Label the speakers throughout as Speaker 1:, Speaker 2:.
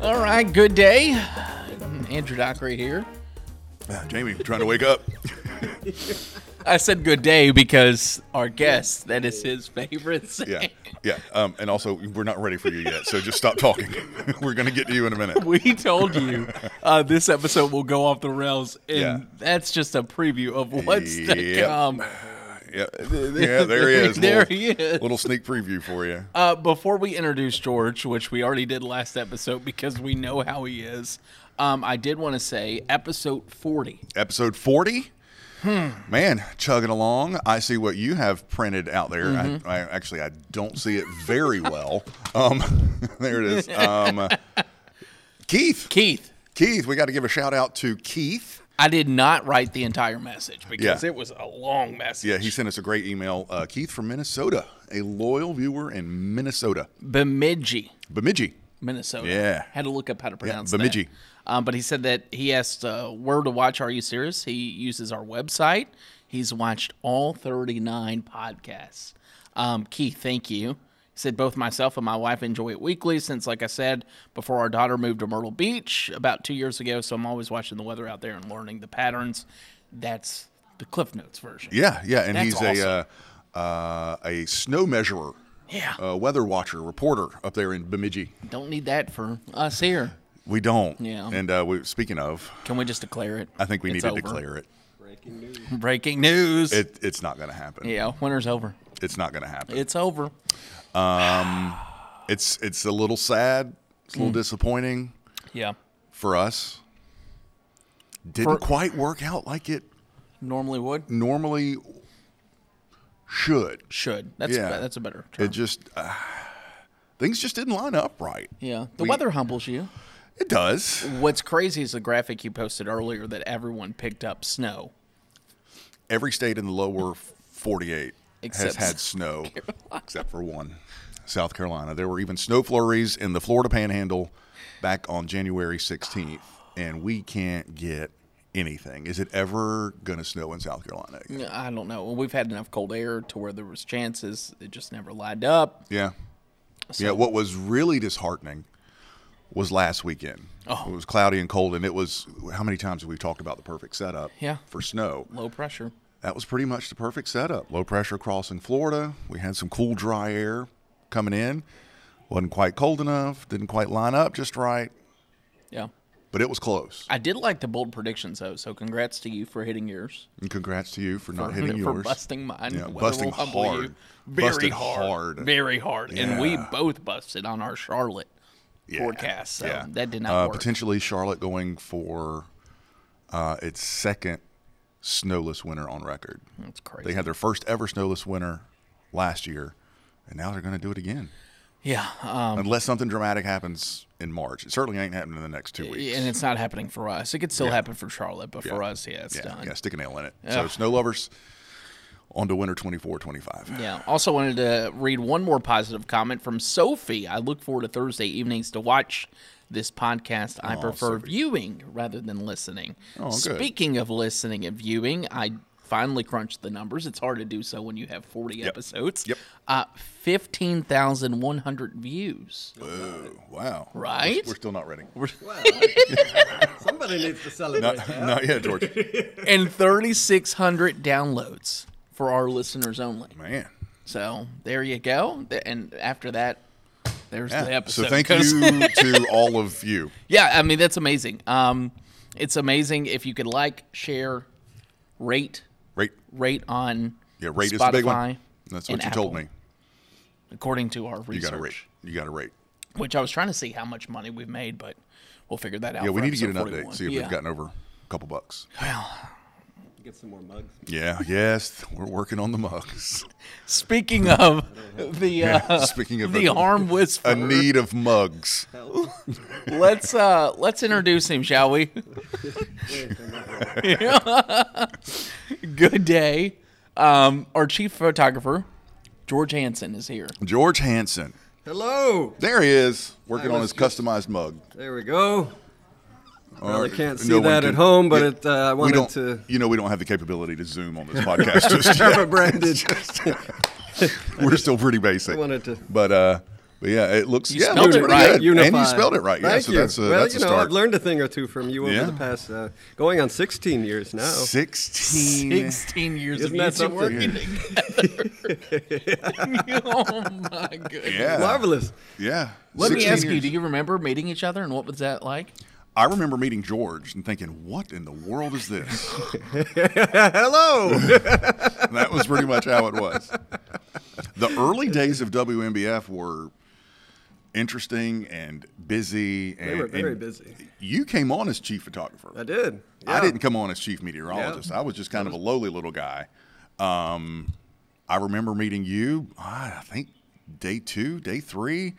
Speaker 1: right, good day. Andrew Dockery here.
Speaker 2: Ah, Jamie, trying to wake up.
Speaker 1: I said good day because our guest, that is his favorite saying.
Speaker 2: Yeah, yeah. Um, and also, we're not ready for you yet, so just stop talking. we're gonna get to you in a minute.
Speaker 1: We told you uh, this episode will go off the rails, and
Speaker 2: Yeah.
Speaker 1: that's just a preview of what's to
Speaker 2: Yep.
Speaker 1: come.
Speaker 2: Yeah, yeah. There he is.
Speaker 1: There
Speaker 2: little,
Speaker 1: he is.
Speaker 2: Little sneak preview for you.
Speaker 1: Uh, before we introduce George, which we already did last episode because we know how he is, um, I did want to say episode 40.
Speaker 2: Episode forty.
Speaker 1: Hmm.
Speaker 2: Man, chugging along. I see what you have printed out there.
Speaker 1: Mm-hmm.
Speaker 2: I, I actually I don't see it very well. Um, there it is. Um, Keith.
Speaker 1: Keith,
Speaker 2: Keith. We got to give a shout out to Keith.
Speaker 1: I did not write the entire message because
Speaker 2: Yeah.
Speaker 1: it was a long message.
Speaker 2: Yeah, he sent us a great email. Uh, Keith from Minnesota, a loyal viewer in Minnesota,
Speaker 1: Bemidji.
Speaker 2: Bemidji.
Speaker 1: Minnesota.
Speaker 2: Yeah.
Speaker 1: Had to look up how to pronounce that.
Speaker 2: Bemidji.
Speaker 1: Um, but he said that he asked uh, where to watch Are You Serious? He uses our website. He's watched all 39 podcasts. Um, Keith, thank you. He said both myself and my wife enjoy it weekly since, like I said, before our daughter moved to Myrtle Beach about two years ago. So I'm always watching the weather out there and learning the patterns. That's the Cliff Notes version.
Speaker 2: Yeah, yeah, and
Speaker 1: That's
Speaker 2: he's a uh, uh, a snow measurer,
Speaker 1: Yeah.
Speaker 2: a weather watcher, reporter up there in Bemidji.
Speaker 1: Don't need that for us here.
Speaker 2: We don't.
Speaker 1: Yeah.
Speaker 2: And uh, we, speaking of,
Speaker 1: Can we just declare it?
Speaker 2: I think we
Speaker 1: It's
Speaker 2: need
Speaker 1: over.
Speaker 2: to declare it.
Speaker 1: Breaking news.
Speaker 2: It it's not going to happen.
Speaker 1: yeah, winter's over.
Speaker 2: It's not going to happen.
Speaker 1: It's over.
Speaker 2: it's it's a little sad. It's a
Speaker 1: Mm.
Speaker 2: little disappointing
Speaker 1: Yeah.
Speaker 2: for us. Didn't quite work out like it
Speaker 1: Normally would.
Speaker 2: normally should.
Speaker 1: Should. That's
Speaker 2: Yeah.
Speaker 1: a, that's a better term.
Speaker 2: It just uh, things just didn't line up right.
Speaker 1: yeah. The
Speaker 2: we-
Speaker 1: weather humbles you.
Speaker 2: It does,
Speaker 1: What's crazy is the graphic you posted earlier that everyone picked up snow.
Speaker 2: every state in the lower 48
Speaker 1: Except
Speaker 2: has had snow, except for one, South Carolina. There were even snow flurries in the Florida Panhandle back on January 16th, and we can't get anything. Is it ever going to snow in South Carolina? Again?
Speaker 1: I don't know. We've had enough cold air to where there was chances it just never lined up.
Speaker 2: Yeah. yeah. What was really disheartening was last weekend.
Speaker 1: Oh.
Speaker 2: It was cloudy and cold, and it was how many times have we talked about the perfect setup
Speaker 1: Yeah.
Speaker 2: for snow?
Speaker 1: Low pressure.
Speaker 2: That was pretty much the perfect setup. Low pressure crossing Florida. We had some cool, dry air coming in. Wasn't quite cold enough, didn't quite line up just right,
Speaker 1: Yeah.
Speaker 2: but it was close.
Speaker 1: I did like the bold predictions though, so congrats to you for hitting yours.
Speaker 2: And congrats to you for not
Speaker 1: For-
Speaker 2: hitting
Speaker 1: for
Speaker 2: yours.
Speaker 1: busting mine.
Speaker 2: Yeah,
Speaker 1: The weather
Speaker 2: busting
Speaker 1: will humble you.
Speaker 2: hard.
Speaker 1: Very
Speaker 2: Busted
Speaker 1: hard.
Speaker 2: hard.
Speaker 1: Very hard. And we
Speaker 2: Yeah.
Speaker 1: both busted on our Charlotte
Speaker 2: Yeah,
Speaker 1: forecast. So
Speaker 2: yeah.
Speaker 1: that did not
Speaker 2: Uh,
Speaker 1: work.
Speaker 2: Potentially Charlotte going for uh, its second snowless winter on record.
Speaker 1: That's crazy.
Speaker 2: They had their first ever snowless winter last year, and now they're going to do it again.
Speaker 1: yeah. Um,
Speaker 2: Unless something dramatic happens in March. It certainly ain't happening in the next two weeks.
Speaker 1: eh, and it's not happening for us. It could still happen for Charlotte, but for
Speaker 2: Yeah.
Speaker 1: us, yeah, it's
Speaker 2: yeah,
Speaker 1: done.
Speaker 2: yeah, stick a nail in it. So snow lovers on to winter 24, 25.
Speaker 1: Yeah. Also wanted to read one more positive comment from Sophie. I look forward to Thursday evenings to watch this podcast. I prefer viewing rather than listening.
Speaker 2: Oh, good.
Speaker 1: Speaking of listening and viewing, I finally crunched the numbers. It's hard to do so when you have 40 episodes.
Speaker 2: Yep.
Speaker 1: Uh, 15,100 views.
Speaker 2: Whoa, wow.
Speaker 1: Right?
Speaker 2: We're, we're still not ready.
Speaker 3: Somebody needs to celebrate
Speaker 2: Not,
Speaker 3: that.
Speaker 2: not yet, George.
Speaker 1: and 3,600 downloads for our listeners only.
Speaker 2: Man.
Speaker 1: So there you go. Th- And after that, there's
Speaker 2: Yeah.
Speaker 1: the episode.
Speaker 2: Ah, So thank
Speaker 1: 'Cause-
Speaker 2: you to all of you.
Speaker 1: Yeah, I mean that's amazing. Um, it's amazing if you could like, share, rate,
Speaker 2: Rate,
Speaker 1: rate on
Speaker 2: yeah, rate
Speaker 1: Spotify,
Speaker 2: is the big one. That's what
Speaker 1: and
Speaker 2: you told
Speaker 1: Apple,
Speaker 2: me.
Speaker 1: according to our
Speaker 2: You
Speaker 1: research.
Speaker 2: got to rate. You got to rate.
Speaker 1: Which I was trying to see how much money we've made, but we'll figure that out.
Speaker 2: Yeah, we
Speaker 1: for
Speaker 2: need to get an
Speaker 1: episode
Speaker 2: update.
Speaker 1: 41.
Speaker 2: See if
Speaker 1: Yeah.
Speaker 2: we've gotten over a couple bucks.
Speaker 3: Get some more mugs.
Speaker 2: Yeah. Yes, we're working on the mugs.
Speaker 1: Speaking of the uh,
Speaker 2: Speaking of
Speaker 1: the
Speaker 2: a-
Speaker 1: arm whisper,
Speaker 2: A need of mugs.
Speaker 1: let's uh, let's introduce him, shall we? Good day. Um, our chief photographer, George Hansen, is here.
Speaker 2: George Hansen.
Speaker 3: Hello.
Speaker 2: There he is, working
Speaker 3: Hi,
Speaker 2: on his
Speaker 3: let's
Speaker 2: customized mug.
Speaker 3: There we go.
Speaker 2: All
Speaker 3: Probably
Speaker 2: right.
Speaker 3: can't see
Speaker 2: No one
Speaker 3: that
Speaker 2: can-
Speaker 3: at home, but
Speaker 2: Yeah.
Speaker 3: it, uh, I
Speaker 2: we
Speaker 3: wanted
Speaker 2: don't,
Speaker 3: to.
Speaker 2: You know, we don't have the capability to zoom on this podcast. just yet.
Speaker 3: Brandon.
Speaker 2: We're still pretty basic.
Speaker 3: wanted to-
Speaker 2: But uh, But yeah, it looks.
Speaker 1: You
Speaker 2: yeah,
Speaker 1: spelled
Speaker 2: looks
Speaker 1: it
Speaker 2: pretty
Speaker 1: right.
Speaker 2: good. And you spelled it right. Yeah,
Speaker 3: Thank
Speaker 2: so
Speaker 3: you.
Speaker 2: that's a,
Speaker 3: well,
Speaker 2: that's
Speaker 3: you
Speaker 2: a
Speaker 3: know,
Speaker 2: start.
Speaker 3: I've learned a thing or two from you over
Speaker 2: Yeah.
Speaker 3: the past, uh, going on 16 years now.
Speaker 2: 16.
Speaker 1: uh, 16 years
Speaker 3: Isn't
Speaker 1: of
Speaker 3: that
Speaker 1: you two
Speaker 3: something?
Speaker 1: working together. oh my goodness.
Speaker 2: Yeah.
Speaker 3: Marvelous.
Speaker 2: Yeah.
Speaker 1: Let me
Speaker 2: 16
Speaker 1: ask you,
Speaker 2: years.
Speaker 1: do you remember meeting each other and what was that like?
Speaker 2: I remember meeting George and thinking, what in the world is this?
Speaker 3: Hello.
Speaker 2: that was pretty much how it was. The early days of WMBF were interesting and busy. And,
Speaker 3: were very
Speaker 2: and
Speaker 3: busy.
Speaker 2: You came on as chief photographer.
Speaker 3: I did.
Speaker 2: I
Speaker 3: Yeah.
Speaker 2: didn't come on as chief meteorologist. I was just kind of a lowly little guy. Um, I remember meeting you. ah, I think day two, day three,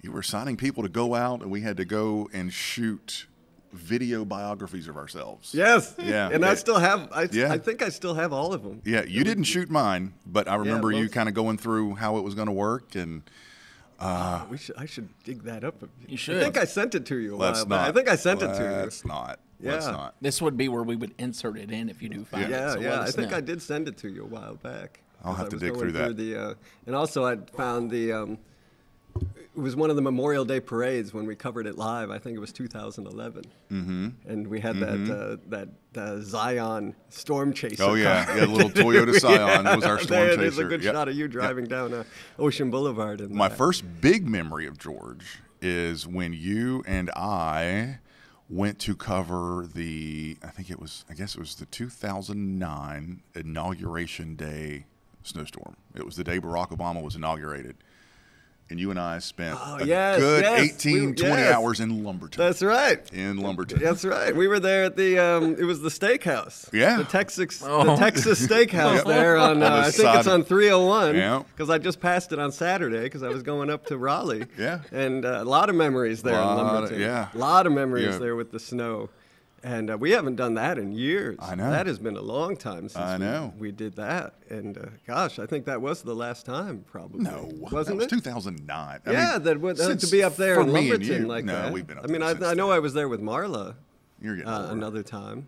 Speaker 2: you were assigning people to go out, and we had to go and shoot video biographies of ourselves.
Speaker 3: Yes.
Speaker 2: Yeah.
Speaker 3: And I still have. I,
Speaker 2: Yeah.
Speaker 3: I think I still have all of them.
Speaker 2: Yeah, you didn't shoot mine, but I remember you
Speaker 3: most-
Speaker 2: kind of going through how it was going to work, and
Speaker 3: We should. I should dig that up. You
Speaker 1: should.
Speaker 3: I think I sent it to you. a
Speaker 2: let's
Speaker 3: while back.
Speaker 2: not.
Speaker 3: I think I sent it to you.
Speaker 2: Let's not. Let's
Speaker 3: Yeah.
Speaker 2: not.
Speaker 1: This would be where we would insert it in if you do find it.
Speaker 3: Yeah,
Speaker 1: so let
Speaker 3: yeah. I
Speaker 1: us
Speaker 3: think
Speaker 1: know.
Speaker 3: I did send it to you a while back.
Speaker 2: I'll
Speaker 3: 'cause
Speaker 2: have
Speaker 3: I
Speaker 2: to
Speaker 3: was
Speaker 2: dig
Speaker 3: going
Speaker 2: through that.
Speaker 3: the, uh, and also, I found the. Um, it was one of the Memorial Day parades when we covered it live. I think it was 2011, mm-hmm. and we had that uh, that uh, Zion storm chaser.
Speaker 2: Mm-hmm. Oh yeah,
Speaker 3: car.
Speaker 2: yeah. Little Toyota Scion was our storm
Speaker 3: there
Speaker 2: chaser.
Speaker 3: it is. A good
Speaker 2: Yep.
Speaker 3: shot of you driving down uh, Ocean Boulevard. In
Speaker 2: My
Speaker 3: that.
Speaker 2: first big memory of George is when you and I went to cover the, I think it was, I guess it was the 2009 inauguration day snowstorm. It was the day Barack Obama was inaugurated. And you and I spent
Speaker 3: Oh,
Speaker 2: a
Speaker 3: yes,
Speaker 2: good
Speaker 3: yes,
Speaker 2: 18,
Speaker 3: we-
Speaker 2: 20
Speaker 3: yes.
Speaker 2: hours in Lumberton.
Speaker 3: That's right.
Speaker 2: in Lumberton.
Speaker 3: That's right. We were there at the. Um, it was the steakhouse.
Speaker 2: Yeah.
Speaker 3: The Texas.
Speaker 1: Oh.
Speaker 3: The Texas steakhouse
Speaker 2: Yep.
Speaker 3: there
Speaker 2: On
Speaker 3: on. Uh,
Speaker 2: the
Speaker 3: I think
Speaker 2: side
Speaker 3: it's
Speaker 2: of-
Speaker 3: on 301.
Speaker 2: Yeah.
Speaker 3: Because I just passed it on Saturday because I was going up to Raleigh.
Speaker 2: Yeah.
Speaker 3: And uh, a lot of memories there
Speaker 2: Lot
Speaker 3: in
Speaker 2: of-
Speaker 3: Lumberton.
Speaker 2: yeah.
Speaker 3: A lot of memories
Speaker 2: Yeah.
Speaker 3: there with the snow. And uh, we haven't done that in years.
Speaker 2: I know.
Speaker 3: That has been a long time since
Speaker 2: I
Speaker 3: we-
Speaker 2: know.
Speaker 3: We, did that. And uh, gosh, I think that was the last time, probably.
Speaker 2: No,
Speaker 3: Wasn't
Speaker 2: that was
Speaker 3: it?
Speaker 2: 2009. I
Speaker 3: yeah,
Speaker 2: mean,
Speaker 3: that would uh, to
Speaker 2: since-
Speaker 3: be up there
Speaker 2: for
Speaker 3: in
Speaker 2: me and
Speaker 3: Lumberton
Speaker 2: you,
Speaker 3: like
Speaker 2: no,
Speaker 3: that.
Speaker 2: we've been up
Speaker 3: I mean,
Speaker 2: there
Speaker 3: I,
Speaker 2: since
Speaker 3: I know
Speaker 2: then.
Speaker 3: I was there with Marla
Speaker 2: You're getting
Speaker 3: uh,
Speaker 2: old.
Speaker 3: another time.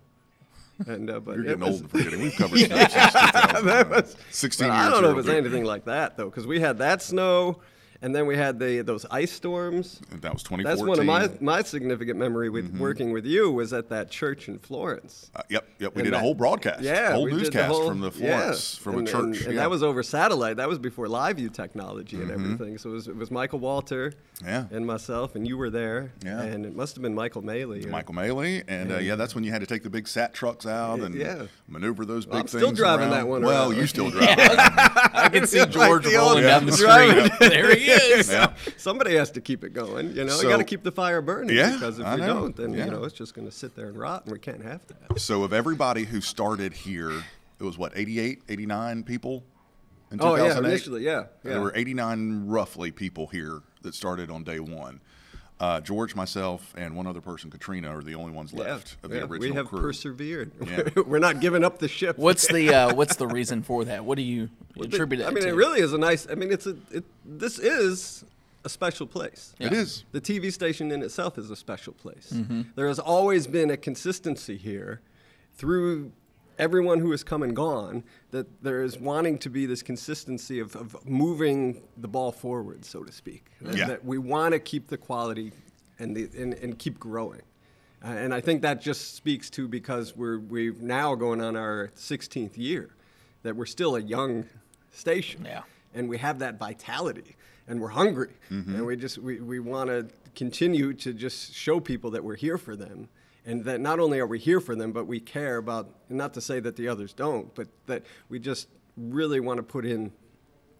Speaker 3: And uh, but
Speaker 2: You're
Speaker 3: it
Speaker 2: getting
Speaker 3: was-
Speaker 2: old and forgetting. We've covered snow since 2009. 16
Speaker 3: but
Speaker 2: years.
Speaker 3: I don't know if
Speaker 2: old.
Speaker 3: it's anything like that though, because we had that snow, and then we had the those ice storms.
Speaker 2: That was 2014.
Speaker 3: That's one of my my significant memory with
Speaker 2: Mm-hmm.
Speaker 3: working with you was at that church in Florence.
Speaker 2: Uh, yep, yep. We
Speaker 3: And
Speaker 2: did a
Speaker 3: that-
Speaker 2: whole broadcast,
Speaker 3: Yeah,
Speaker 2: whole
Speaker 3: we did the
Speaker 2: newscast
Speaker 3: whole-
Speaker 2: from the
Speaker 3: yeah,
Speaker 2: Florence, from
Speaker 3: and-
Speaker 2: a
Speaker 3: and-
Speaker 2: church,
Speaker 3: and,
Speaker 2: yeah. Mm-hmm.
Speaker 3: that was over satellite. That was before live view technology and everything. So it was, it was Michael Walter,
Speaker 2: Yeah.
Speaker 3: and myself, and you were there,
Speaker 2: Yeah.
Speaker 3: and it must have been Michael Maley. or-
Speaker 2: Michael Maley, and uh, yeah, that's when you had to take the big sat trucks out and
Speaker 3: Yeah.
Speaker 2: maneuver those big
Speaker 3: Well, I'm
Speaker 2: things.
Speaker 3: still driving
Speaker 2: around.
Speaker 3: that one
Speaker 2: Well,
Speaker 3: around.
Speaker 2: you still drive. it.
Speaker 1: I can see George
Speaker 3: the old
Speaker 1: rolling down the
Speaker 2: days.
Speaker 1: street.
Speaker 2: Driving.
Speaker 1: there he is.
Speaker 3: Somebody has to keep it going. You know,
Speaker 2: So-
Speaker 3: you got to keep the fire burning
Speaker 2: Yeah,
Speaker 3: because if
Speaker 2: I
Speaker 3: we
Speaker 2: know,
Speaker 3: don't, then
Speaker 2: yeah.
Speaker 3: you know it's just going to sit there and rot, and we can't have that.
Speaker 2: So of everybody who started here, it was what 88, 89 people in
Speaker 3: Oh
Speaker 2: 2008.
Speaker 3: yeah, initially, yeah, yeah.
Speaker 2: There were 89 roughly people here that started on day one. Uh, George, myself, and one other person, Katrina, are the only ones
Speaker 3: Yeah,
Speaker 2: left of the
Speaker 3: yeah,
Speaker 2: original
Speaker 3: we have
Speaker 2: crew.
Speaker 3: persevered.
Speaker 2: Yeah.
Speaker 3: we're not giving up the ship.
Speaker 1: What's the uh, what's the reason for that? What do you
Speaker 3: The-
Speaker 1: attribute it
Speaker 3: I mean,
Speaker 1: to?
Speaker 3: it really is a nice. I mean, it's a. It, this is a special place.
Speaker 2: It is.
Speaker 3: The TV station in itself is a special place. There has always been a consistency here through everyone who has come and gone that there is wanting to be this consistency of, of moving the ball forward, so to speak. That-
Speaker 2: Yeah.
Speaker 3: That we want to keep the quality and, the, and, and keep growing. Uh, and I think that just speaks to because we're we have now going on our 16th year, that we're still a young station
Speaker 1: Yeah.
Speaker 3: and we have that vitality and we're hungry and we just we, we want to continue to just show people that we're here for them and that not only are we here for them but we care about and not to say that the others don't but that we just really want to put in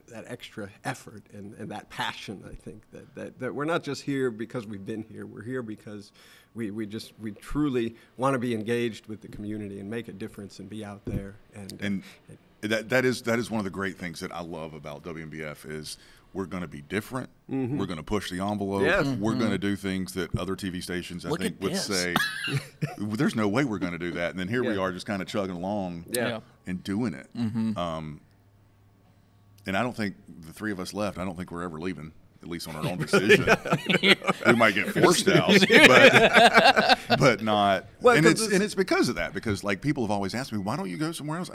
Speaker 3: that extra effort and, and that passion i think that, that, that we're not just here because we've been here we're here because we, we just we truly want to be engaged with the community and make a difference and be out there and,
Speaker 2: and that that is that is one of the great things that I love about WMBF is we're going to be different. We're going to push the envelope.
Speaker 3: Yeah.
Speaker 2: We're going to do things that other TV stations I
Speaker 1: Look
Speaker 2: think
Speaker 1: at
Speaker 2: would
Speaker 1: this.
Speaker 2: say, "There's no way we're going to do that." And then here we
Speaker 3: Yeah.
Speaker 2: are, just kind of chugging along
Speaker 3: Yeah.
Speaker 1: Yeah.
Speaker 2: and doing it. Um, and I don't think the three of us left. I don't think we're ever leaving. At least on our own decision, we might get forced out, but, but not.
Speaker 3: Well,
Speaker 2: and
Speaker 3: 'cause
Speaker 2: it's
Speaker 3: it's-
Speaker 2: and it's because of that. Because like people have always asked me, why don't you go somewhere else?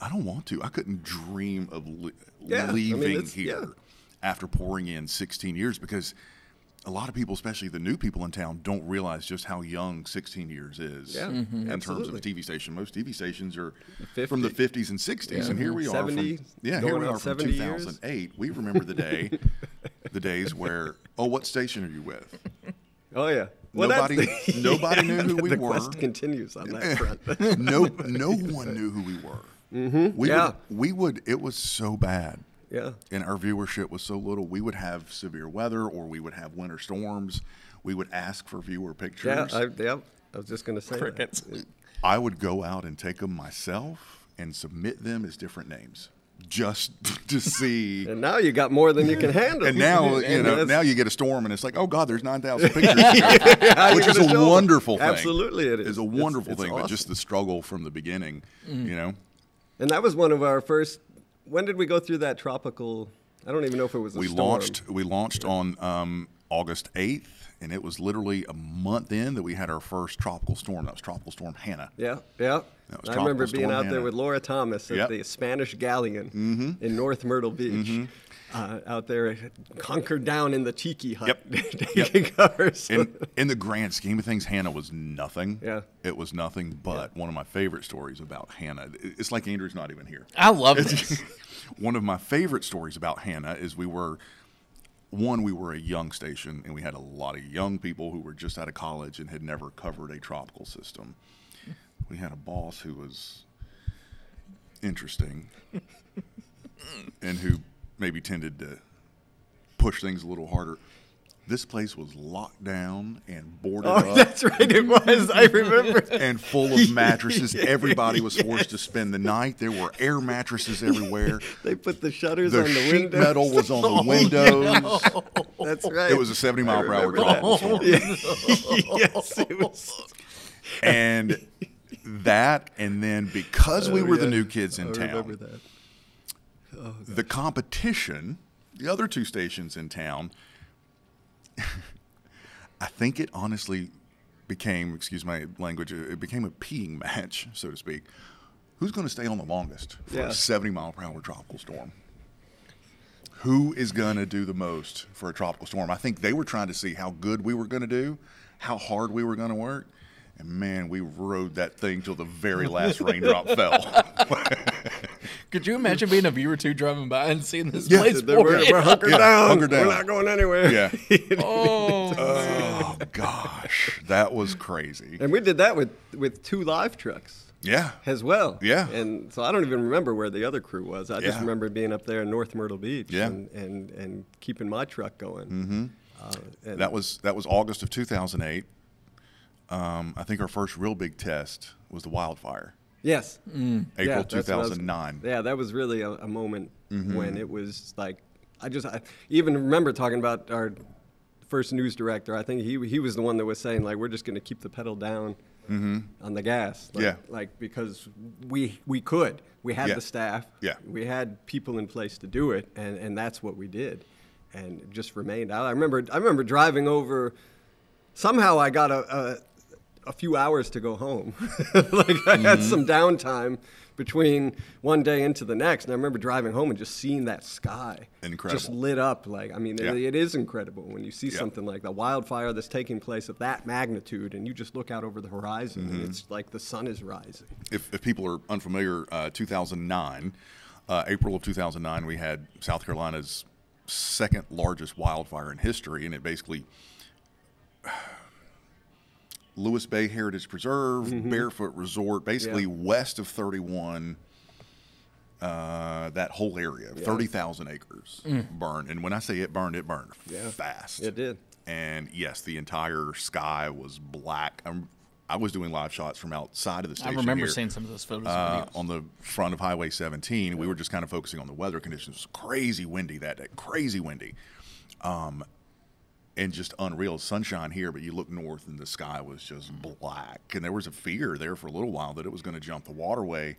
Speaker 2: I don't want to. I couldn't dream of le-
Speaker 3: Yeah, I mean,
Speaker 2: leaving
Speaker 3: it's-
Speaker 2: here
Speaker 3: yeah.
Speaker 2: after pouring in 16 years because a lot of people, especially the new people in town, don't realize just how young 16 years is
Speaker 3: Yeah, Mhm.
Speaker 2: in terms of a
Speaker 3: absolutely.
Speaker 2: TV station. Most TV stations are
Speaker 3: 50.
Speaker 2: from the 50s and 60s, and here we are.
Speaker 3: 70,
Speaker 2: from, yeah, here
Speaker 3: going
Speaker 2: we
Speaker 3: on
Speaker 2: are from
Speaker 3: 70 years.
Speaker 2: 2008. We remember the day, the days where, oh, what station are you with?
Speaker 3: Oh yeah.
Speaker 2: Nobody- nobody knew who we
Speaker 3: the
Speaker 2: were.
Speaker 3: quest continues on that front.
Speaker 2: no, no one knew who we were. We
Speaker 3: Mm-hmm. Yeah.
Speaker 2: would, we would. It was so bad,
Speaker 3: yeah.
Speaker 2: and our viewership was so little. We would have severe weather, or we would have winter storms. We would ask for viewer
Speaker 3: Yeah.
Speaker 2: pictures.
Speaker 3: I, yeah. I was just gonna say. that.
Speaker 1: Crickets.
Speaker 2: I would go out and take them myself and submit them as different names, just to see.
Speaker 3: And now you got more than you can handle.
Speaker 2: And now you
Speaker 3: And
Speaker 2: know.
Speaker 3: that's-
Speaker 2: Now you get a storm, and it's like, oh God, there's nine thousand pictures, here,
Speaker 3: how you
Speaker 2: which is
Speaker 3: gonna show
Speaker 2: a
Speaker 3: 'em?
Speaker 2: wonderful thing.
Speaker 3: Absolutely, it is.
Speaker 2: It's a
Speaker 3: It's-
Speaker 2: wonderful
Speaker 3: it's
Speaker 2: thing, but just
Speaker 3: awesome. Mm.
Speaker 2: the struggle from the beginning, you know.
Speaker 3: And that was one of our first. When did we go through that tropical? I don't even know if it was. A
Speaker 2: we
Speaker 3: storm.
Speaker 2: launched we launched on um, August 8th and it was literally a month in that we had our first tropical storm that was tropical storm Hannah
Speaker 3: Yeah, yeah.
Speaker 2: That was
Speaker 3: I
Speaker 2: Tropical
Speaker 3: remember being
Speaker 2: Storm
Speaker 3: out there
Speaker 2: Hannah.
Speaker 3: with Laura Thomas at
Speaker 2: Yep. Mm-hmm.
Speaker 3: the Spanish Galleon in North Myrtle Beach. Uh, out there, conquered down in the tiki hut,
Speaker 2: Yep.
Speaker 3: taking covers.
Speaker 2: in in the grand scheme of things Hannah was nothing
Speaker 3: Yeah.
Speaker 2: it was nothing but one of my favorite stories about Hannah it- it's like Andrew's not even here
Speaker 1: I love this.
Speaker 2: one of my favorite stories about Hannah is we were one we were a young station and we had a lot of young people who were just out of college and had never covered a tropical system. We had a boss who was interesting and who maybe tended to push things a little harder. This place was locked down and boarded
Speaker 3: oh,
Speaker 2: up
Speaker 3: that's right, it was. I remember.
Speaker 2: and full of mattresses. Everybody was forced to spend the night. There were air mattresses everywhere.
Speaker 3: they put the shutters
Speaker 2: The
Speaker 3: on the
Speaker 2: sheet
Speaker 3: windows. Oh,
Speaker 2: metal was on the windows.
Speaker 3: That's right.
Speaker 2: It was a 70 mile per hour
Speaker 3: remember
Speaker 2: tropical storm.
Speaker 3: yes, it was.
Speaker 2: And that, and then because we
Speaker 3: Oh,
Speaker 2: were the
Speaker 3: yeah.
Speaker 2: new kids in
Speaker 3: I remember
Speaker 2: town,
Speaker 3: that.
Speaker 2: the competition, the other two stations in town, I think it honestly became, excuse my language, it it became a peeing match, so to speak. Who's going to stay on the longest for
Speaker 3: Yeah.
Speaker 2: a 70 mile per hour tropical storm? Who is going to do the most for a tropical storm? I think they were trying to see how good we were going to do, how hard we were going to work. And man, we rode that thing till the very last raindrop fell.
Speaker 1: Could you imagine being a viewer too driving by and seeing this
Speaker 2: Yeah,
Speaker 1: place?
Speaker 3: We're,
Speaker 1: pouring?
Speaker 3: we're hunkered
Speaker 2: Yeah,
Speaker 3: down.
Speaker 2: hunkered down.
Speaker 3: We're not going anywhere.
Speaker 2: Yeah.
Speaker 1: oh,
Speaker 2: Oh gosh, that was crazy.
Speaker 3: And we did that with with two live trucks.
Speaker 2: Yeah,
Speaker 3: as well.
Speaker 2: Yeah.
Speaker 3: And so I don't even remember where the other crew was. I just
Speaker 2: Yeah.
Speaker 3: remember being up there in North Myrtle Beach
Speaker 2: Yeah.
Speaker 3: and, and, and keeping my truck going. Mm-hmm. Uh, and
Speaker 2: that was that was August of 2008. Um, I think our first real big test was the wildfire,
Speaker 3: yes.
Speaker 2: April
Speaker 3: that's what I was-
Speaker 2: 2009.
Speaker 3: yeah, that was really a, a moment
Speaker 2: Mm-hmm.
Speaker 3: when it was like, I just I even remember talking about our first news director. I think he, he was the one that was saying, like, we're just going to keep the pedal down. On the gas,
Speaker 2: Mm-hmm.
Speaker 3: like,
Speaker 2: Yeah.
Speaker 3: like because we we could, we had
Speaker 2: Yeah.
Speaker 3: the staff,
Speaker 2: Yeah.
Speaker 3: we had people in place to do it, and, and that's what we did, and it just remained. I I remember I remember driving over. Somehow I got a a, a few hours to go home, like I
Speaker 2: Mm-hmm.
Speaker 3: had some downtime between one day into the next, and I remember driving home and just seeing that sky, just
Speaker 2: Incredible.
Speaker 3: lit up. Like I mean, it-
Speaker 2: Yeah.
Speaker 3: it is incredible when you see something like the wildfire that's taking place of that magnitude, and you just look out over the horizon,
Speaker 2: Mm-hmm.
Speaker 3: and it's like the sun is rising.
Speaker 2: If, if people are unfamiliar, uh, 2009, uh, April of 2009, we had South Carolina's second largest wildfire in history, and it basically Lewis Bay Heritage Preserve, Barefoot Resort, basically
Speaker 3: Yeah.
Speaker 2: west of 31, uh, that whole area, 30,000 acres burned. And when I say it burned, it burned
Speaker 3: Yeah.
Speaker 2: fast.
Speaker 3: It did.
Speaker 2: And yes, the entire sky was black. I'm, I was doing live shots from outside of the
Speaker 1: I
Speaker 2: station.
Speaker 1: remember
Speaker 2: here,
Speaker 1: seeing some of those photos. and
Speaker 2: uh,
Speaker 1: videos.
Speaker 2: on the front of Highway 17. We were just kind of focusing on the weather conditions. It was crazy windy that day, crazy windy, um, and just unreal sunshine here. But you look north, and the sky was just
Speaker 3: Mm.
Speaker 2: black. And there was a fear there for a little while that it was going to jump the waterway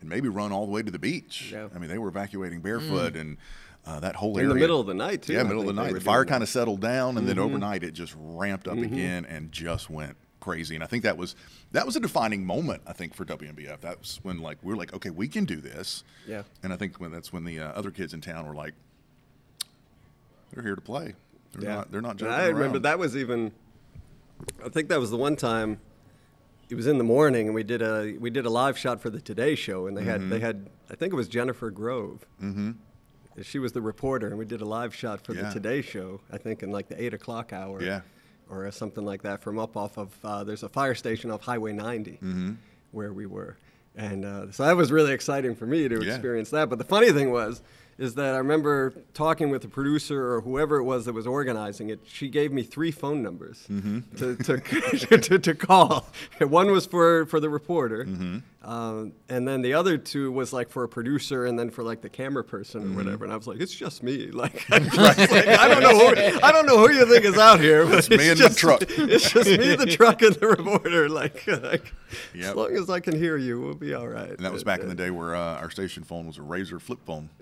Speaker 2: and maybe run all the way to the beach.
Speaker 3: Yeah. Mm.
Speaker 2: I mean, they were evacuating barefoot and. Uh, that whole
Speaker 3: In
Speaker 2: area
Speaker 3: the middle of the night, too,
Speaker 2: Yeah,
Speaker 3: I
Speaker 2: middle of the
Speaker 3: think they
Speaker 2: night.
Speaker 3: were
Speaker 2: The fire
Speaker 3: doing that. Mm-hmm.
Speaker 2: kind of settled down, and then overnight it just ramped up again and just went crazy. And I think that was that was a defining moment. I think for WNBF, that was when like we were like, okay, we can do this.
Speaker 3: Yeah.
Speaker 2: And I think when that's when the uh, other kids in town were like, They're here to play. They're
Speaker 3: Yeah.
Speaker 2: not. They're not
Speaker 3: And
Speaker 2: joking
Speaker 3: I remember
Speaker 2: around.
Speaker 3: that was even. I think that was the one time. It was in the morning, and we did a we did a live shot for the Today Show, and they
Speaker 2: Mm-hmm.
Speaker 3: had they had I think it was Jennifer Grove. Mm-hmm. She was the reporter, and we did a live shot for
Speaker 2: Yeah.
Speaker 3: the Today Show. I think in like the eight o'clock hour,
Speaker 2: Yeah.
Speaker 3: or something like that, from up off of uh, there's a fire station off Highway 90 where we were, and uh, so that was really exciting for me to
Speaker 2: Yeah.
Speaker 3: experience experience that. But the funny thing was, is that I remember talking with the producer or whoever it was that was organizing it. She gave me three phone numbers to, to, to, to call. One was for, for the reporter, um, and then the other two was like for a producer, and then for like the camera person or
Speaker 2: Mm-hmm.
Speaker 3: whatever. And I was like, it's just me. Like, I, was like, I don't know who I don't know who you think is out here. But it's
Speaker 2: me and the
Speaker 3: just-
Speaker 2: truck.
Speaker 3: It's just me, the truck, and the reporter. Like, like
Speaker 2: Yep.
Speaker 3: as long as I can hear you, we'll be all right.
Speaker 2: And that was back in the day where uh, our station phone was a razor flip phone.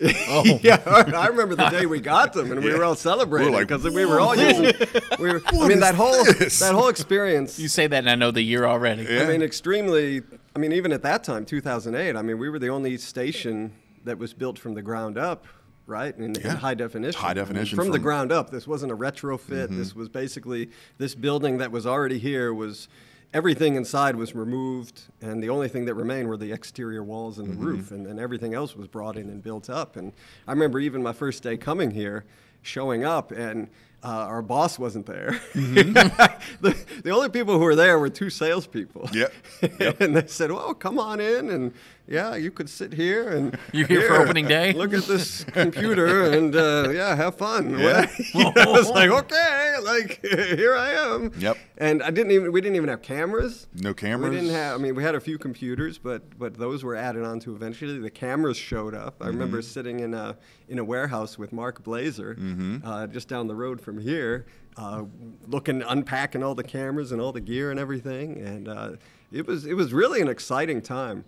Speaker 3: Yeah, I remember the day we got them, and we were all celebrating
Speaker 2: We were like,
Speaker 3: because we were all using. We were, I mean, that whole that whole experience.
Speaker 1: You say that, and I know the year already.
Speaker 2: Yeah.
Speaker 3: I mean, extremely. I mean, even at that time, 2008. I mean, we were the only station that was built from the ground up, right? In, in
Speaker 2: Yeah.
Speaker 3: high definition.
Speaker 2: High
Speaker 3: I mean,
Speaker 2: definition
Speaker 3: from, the
Speaker 2: from-
Speaker 3: ground up. This wasn't a retrofit. This was basically this building that was already here was. Everything inside was removed, and the only thing that remained were the exterior walls and the roof, and then everything else was brought in and built up. And I remember even my first day coming here, showing up, and uh, our boss wasn't there. the, the only people who were there were two salespeople.
Speaker 2: Yep.
Speaker 3: and they said, "Well, come on in, and yeah, you could sit here and
Speaker 1: You're here for opening day?"
Speaker 3: Look at this computer, and uh, yeah, have fun."
Speaker 2: Yeah.
Speaker 3: You know, I was like, "Okay, like here I am."
Speaker 2: Yep.
Speaker 3: And I didn't even we didn't even have cameras.
Speaker 2: No cameras.
Speaker 3: We didn't have. I mean, we had a few computers, but but those were added on to eventually. The cameras showed up. I remember sitting in a in a warehouse with Mark Blazer, uh, just down the road from here, uh, looking unpacking all the cameras and all the gear and everything. And uh, it was it was really an exciting time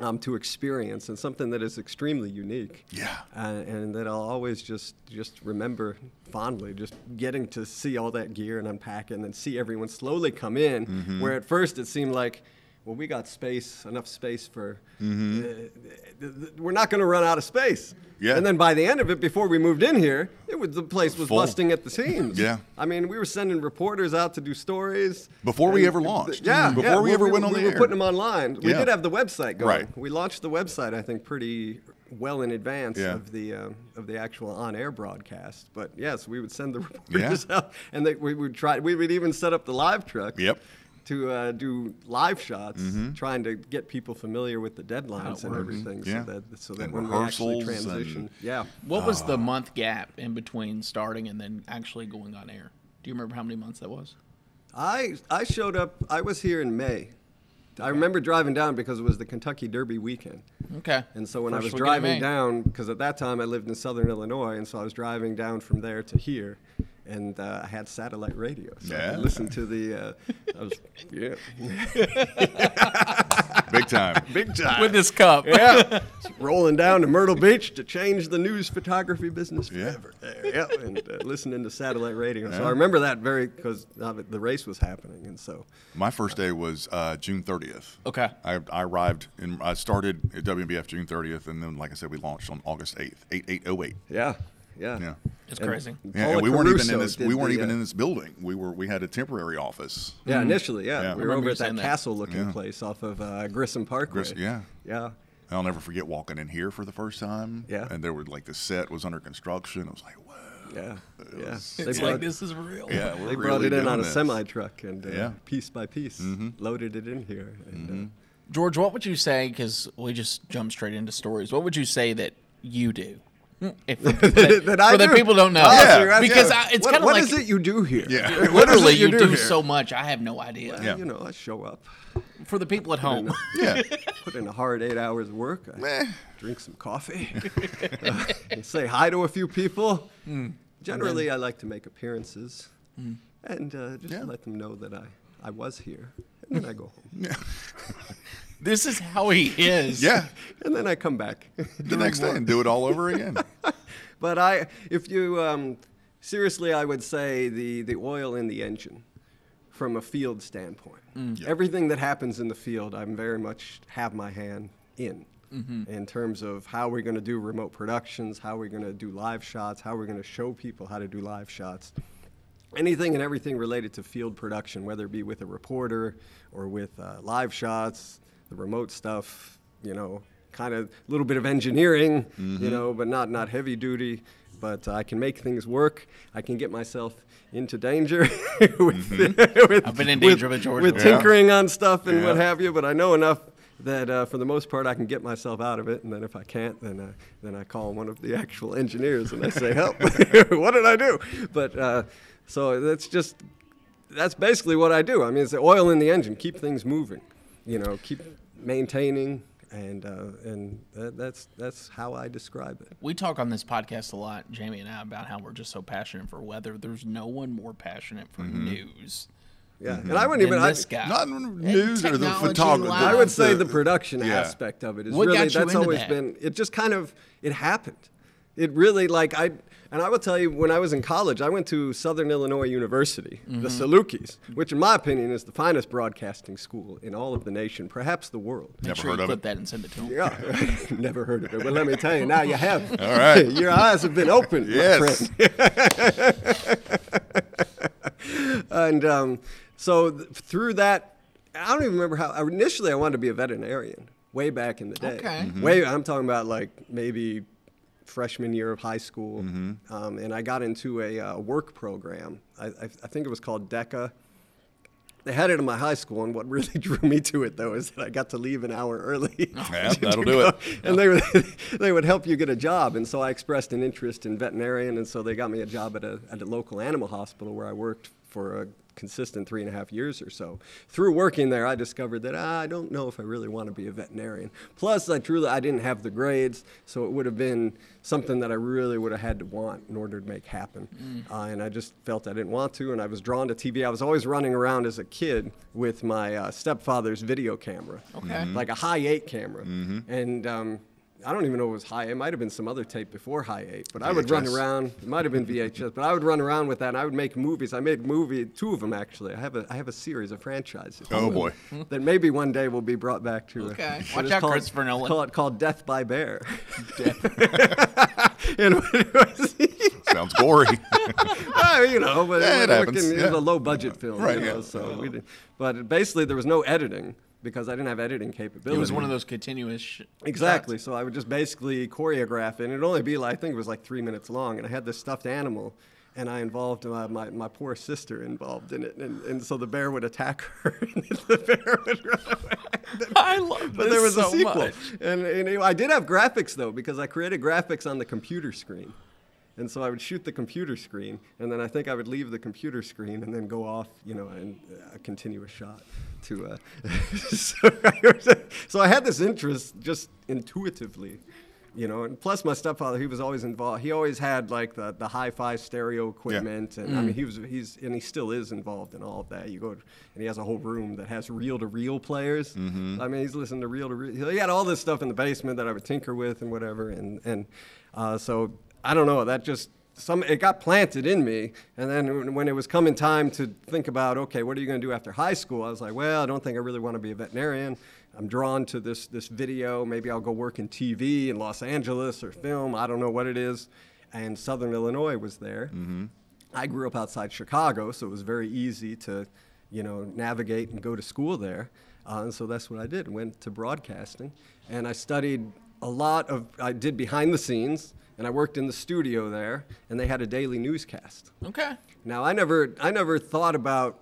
Speaker 3: um, to experience and something that is extremely unique.
Speaker 2: Yeah.
Speaker 3: And, and that I'll always just just remember fondly, just getting to see all that gear and unpack it and then see everyone slowly come in.
Speaker 2: Mm-hmm.
Speaker 3: Where at first it seemed like, well, we got space, enough space for, uh, th- th- th- we're not going to run out of space.
Speaker 2: Mm-hmm. Yeah.
Speaker 3: And then by the end of it, before we moved in here, it was the place was
Speaker 2: Full.
Speaker 3: busting at the seams.
Speaker 2: Yeah.
Speaker 3: I mean, we were sending reporters out to do stories
Speaker 2: Before we
Speaker 3: And-
Speaker 2: ever launched. Mm-hmm.
Speaker 3: Yeah.
Speaker 2: Before
Speaker 3: yeah,
Speaker 2: we ever went on
Speaker 3: we
Speaker 2: the
Speaker 3: were
Speaker 2: air.
Speaker 3: putting them online. We
Speaker 2: Yeah.
Speaker 3: did have the website going.
Speaker 2: Right.
Speaker 3: We launched the website, I think, pretty well in advance
Speaker 2: Yeah.
Speaker 3: of the um, of the actual on-air broadcast. But yes, we would send the reporters out, and they, we would try. We would even set up the live truck.
Speaker 2: Yep. Mm-hmm.
Speaker 3: To uh, do live shots, trying to get people familiar with the deadlines and
Speaker 1: works.
Speaker 3: everything,
Speaker 2: Yeah.
Speaker 3: so that so that
Speaker 2: And
Speaker 3: when we actually
Speaker 2: rehearsals and-
Speaker 3: transition, yeah,
Speaker 1: What was
Speaker 3: Uh,
Speaker 1: the month gap in between starting and then actually going on air? Do you remember how many months that was?
Speaker 3: I I showed up. I was here in May. I remember driving down because it was the Kentucky Derby weekend.
Speaker 1: Okay.
Speaker 3: And so when I
Speaker 1: First
Speaker 3: was
Speaker 1: weekend of May.
Speaker 3: driving down, because at that time I lived in Southern Illinois, and so I was driving down from there to here, and uh, I had satellite radio, so I
Speaker 2: Yeah.
Speaker 3: could listen to the. Uh, I was yeah,
Speaker 2: Big time. Big time.
Speaker 1: with this cup.
Speaker 3: yeah, rolling down to Myrtle Beach to change the news photography business
Speaker 2: Yeah.
Speaker 3: forever. There, yeah, and uh, listening to satellite radio. So I remember that very because the race was happening, and so
Speaker 2: My first day was uh, June 30th.
Speaker 1: Okay.
Speaker 2: I, I arrived and I started at WBF June 30th, and then, like I said, we launched on August 8th, 8808.
Speaker 3: yeah, yeah,
Speaker 2: Yeah.
Speaker 1: It's
Speaker 3: And-
Speaker 1: crazy.
Speaker 2: Yeah,
Speaker 3: Paula
Speaker 2: and we weren't even
Speaker 3: Caruso
Speaker 2: in this.
Speaker 3: did
Speaker 2: We weren't
Speaker 3: the,
Speaker 2: even
Speaker 3: uh,
Speaker 2: in this building. We were. We had a temporary office.
Speaker 3: Yeah, initially, yeah.
Speaker 2: Mm-hmm. Yeah.
Speaker 3: We
Speaker 2: I
Speaker 3: were
Speaker 1: remember
Speaker 3: over
Speaker 1: you
Speaker 3: at that
Speaker 1: saying that.
Speaker 3: castle looking
Speaker 2: Yeah.
Speaker 3: place off of uh, Grissom Parkway.
Speaker 2: Gris- yeah.
Speaker 3: Yeah.
Speaker 2: And I'll never forget walking in here for the first time.
Speaker 3: Yeah.
Speaker 2: And there were like the set was under construction. I was like, whoa.
Speaker 3: Yeah. Yeah.
Speaker 2: was-
Speaker 3: They
Speaker 1: It's
Speaker 3: brought,
Speaker 1: like this is real.
Speaker 2: Yeah, we're
Speaker 3: they brought
Speaker 2: really
Speaker 3: it in
Speaker 2: doing
Speaker 3: on a
Speaker 2: this.
Speaker 3: semi truck and uh,
Speaker 2: Yeah. Mm-hmm.
Speaker 3: piece by piece loaded it in here. And, uh,
Speaker 1: George, what would you say? Because we just jumped straight into stories. What would you say that you do? If for people that,
Speaker 3: That I
Speaker 1: for the
Speaker 3: do?
Speaker 1: people who don't know,
Speaker 3: Oh, so you're asking-
Speaker 1: because I, it's
Speaker 3: What-
Speaker 1: kind of
Speaker 3: what
Speaker 1: like
Speaker 3: is it you do here?
Speaker 2: Yeah.
Speaker 3: What is it
Speaker 1: literally you, do,
Speaker 3: here?
Speaker 1: so much. I have no idea.
Speaker 2: Yeah.
Speaker 3: You know, I show up,
Speaker 1: For the people at home,
Speaker 2: Yeah.
Speaker 3: put in a hard eight hours of work. I
Speaker 2: Meh.
Speaker 3: drink some coffee, uh, and say hi to a few people.
Speaker 1: Mm.
Speaker 3: Generally, I like to make appearances and uh, just
Speaker 2: Yeah.
Speaker 3: let them know that I, I was here, and then I go home.
Speaker 2: yeah.
Speaker 1: this is how he is.
Speaker 2: Yeah.
Speaker 3: and then I come back.
Speaker 2: The next day and do it all over again.
Speaker 3: but I, if you um, seriously, I would say the the oil in the engine, from a field standpoint. Everything that happens in the field, I'm very much have my hand in. in terms of how we're going to do remote productions, how we're going to do live shots, how we're going to show people how to do live shots. Anything and everything related to field production, whether it be with a reporter or with uh, live shots, the remote stuff, you know, kind of a little bit of engineering, you know, but not not heavy duty. But uh, I can make things work. I can get myself into danger with, with-
Speaker 1: I've been in
Speaker 3: with-
Speaker 1: danger with George
Speaker 3: with
Speaker 1: Bush.
Speaker 3: tinkering on stuff and what
Speaker 2: Yeah.
Speaker 3: have you. But I know enough that uh, for the most part I can get myself out of it. And then if I can't, then I, then I call one of the actual engineers and I say, "Help! what did I do?" But uh, so that's just that's basically what I do. I mean, it's the oil in the engine, keep things moving, you know, keep maintaining. And, uh, and that, that's, that's how I describe it.
Speaker 1: We talk on this podcast a lot, Jamie and I, about how we're just so passionate for weather. There's no one more passionate for news
Speaker 3: Yeah. And Mm-hmm. I wouldn't
Speaker 1: than
Speaker 3: even, I,
Speaker 1: this guy.
Speaker 2: Not Mm-hmm. in news or the
Speaker 4: technology
Speaker 2: photography.
Speaker 4: live.
Speaker 3: I would say the production
Speaker 2: yeah.
Speaker 3: aspect of it is
Speaker 1: What
Speaker 3: really
Speaker 1: got you
Speaker 3: that's
Speaker 1: into
Speaker 3: always
Speaker 1: that?
Speaker 3: been it just kind of it happened. It really like I and I will tell you when I was in college I went to Southern Illinois University,
Speaker 1: Mm-hmm.
Speaker 3: the Salukis, which in my opinion is the finest broadcasting school in all of the nation, perhaps the world.
Speaker 1: Make
Speaker 2: Never
Speaker 1: sure
Speaker 2: heard
Speaker 1: you
Speaker 2: of
Speaker 1: clip
Speaker 2: it.
Speaker 1: that and send it to him.
Speaker 3: Yeah, never heard of it, but let me tell you now you have.
Speaker 2: All right.
Speaker 3: your eyes have been opened, my friend.
Speaker 2: Yes.
Speaker 3: and um, so th- through that, I don't even remember how. I- Initially, I wanted to be a veterinarian way back in the day.
Speaker 4: Okay.
Speaker 2: Mm-hmm.
Speaker 4: Mhm.
Speaker 3: Way I'm talking about like maybe freshman year of high school,
Speaker 2: Mm-hmm.
Speaker 3: um, and I got into a uh, work program. I, I, I think it was called DECA. They had it in my high school, and what really drew me to it though is that I got to leave an hour early.
Speaker 2: Yeah, that'll do it.
Speaker 3: And they would they would help you get a job, and so I expressed an interest in veterinarian, and so they got me a job at a at a local animal hospital where I worked for a consistent three and a half years or so. Through working there, I discovered that ah, I don't know if I really want to be a veterinarian. Plus, I truly I didn't have the grades, so it would have been something that I really would have had to want in order to make happen. Uh, and I just felt I didn't want to, and I was drawn to TV. I was always running around as a kid with my uh, stepfather's video camera
Speaker 1: Okay.
Speaker 3: like a high eight camera.
Speaker 2: Mm-hmm.
Speaker 3: And um, I don't even know if it was high. It might have been some other tape before high eight, but I would run
Speaker 2: VHS.
Speaker 3: around. It might have been VHS, but I would run around with that, and I would make movies. I made movie two of them actually. I have a I have a series of franchises.
Speaker 2: Oh, boy.
Speaker 3: That maybe one day will be brought back to.
Speaker 4: Okay.
Speaker 3: what
Speaker 1: Watch
Speaker 3: is
Speaker 1: out,
Speaker 3: called-
Speaker 1: Christopher Nolan.
Speaker 3: Called, called Death by Bear. and it was,
Speaker 2: Sounds gory.
Speaker 3: well, you know, but
Speaker 2: Yeah,
Speaker 3: it,
Speaker 2: it
Speaker 3: was
Speaker 2: happens,
Speaker 3: looking- it was
Speaker 2: yeah.
Speaker 3: a low budget film,
Speaker 2: Right,
Speaker 3: you know,
Speaker 2: yeah.
Speaker 3: so we did, but basically there was no editing because I didn't have editing capability.
Speaker 1: It was one of those continuous. Sh-
Speaker 3: Exactly. So I would just basically choreograph it, and it'd only be like I think it was like three minutes long, and I had this stuffed animal, and I involved my, my, my poor sister involved in it, and, and so the bear would attack her, and the bear would run away.
Speaker 1: I love
Speaker 3: But
Speaker 1: this
Speaker 3: there was
Speaker 1: so
Speaker 3: a sequel,
Speaker 1: much.
Speaker 3: and, and it- I did have graphics though because I created graphics on the computer screen. And so I would shoot the computer screen, and then I think I would leave the computer screen and then go off, you know, and uh, continue a shot. To uh, so, I was- so I had this interest just intuitively, you know. And plus, my stepfather, he was always involved. He always had like the, the hi-fi stereo equipment, and I mean, he was he's and he still is involved in all of that. You go to- and he has a whole room that has reel-to-reel players. I mean, he's listening to reel-to-reel. He had all this stuff in the basement that I would tinker with and whatever, and and uh, so I don't know. That just some it got planted in me, and then when- when it was coming time to think about, okay, what are you going to do after high school? I was like, well, I don't think I really want to be a veterinarian. I'm drawn to this this video. Maybe I'll go work in TV in Los Angeles or film. I don't know what it is. And Southern Illinois was there. I grew up outside Chicago, so it was very easy to, you know, navigate and go to school there. Uh, and so that's what I did. Went to broadcasting, and I studied a lot of. I did behind the scenes, and I worked in the studio there, and they had a daily newscast.
Speaker 1: Okay.
Speaker 3: Now I never, I never thought about.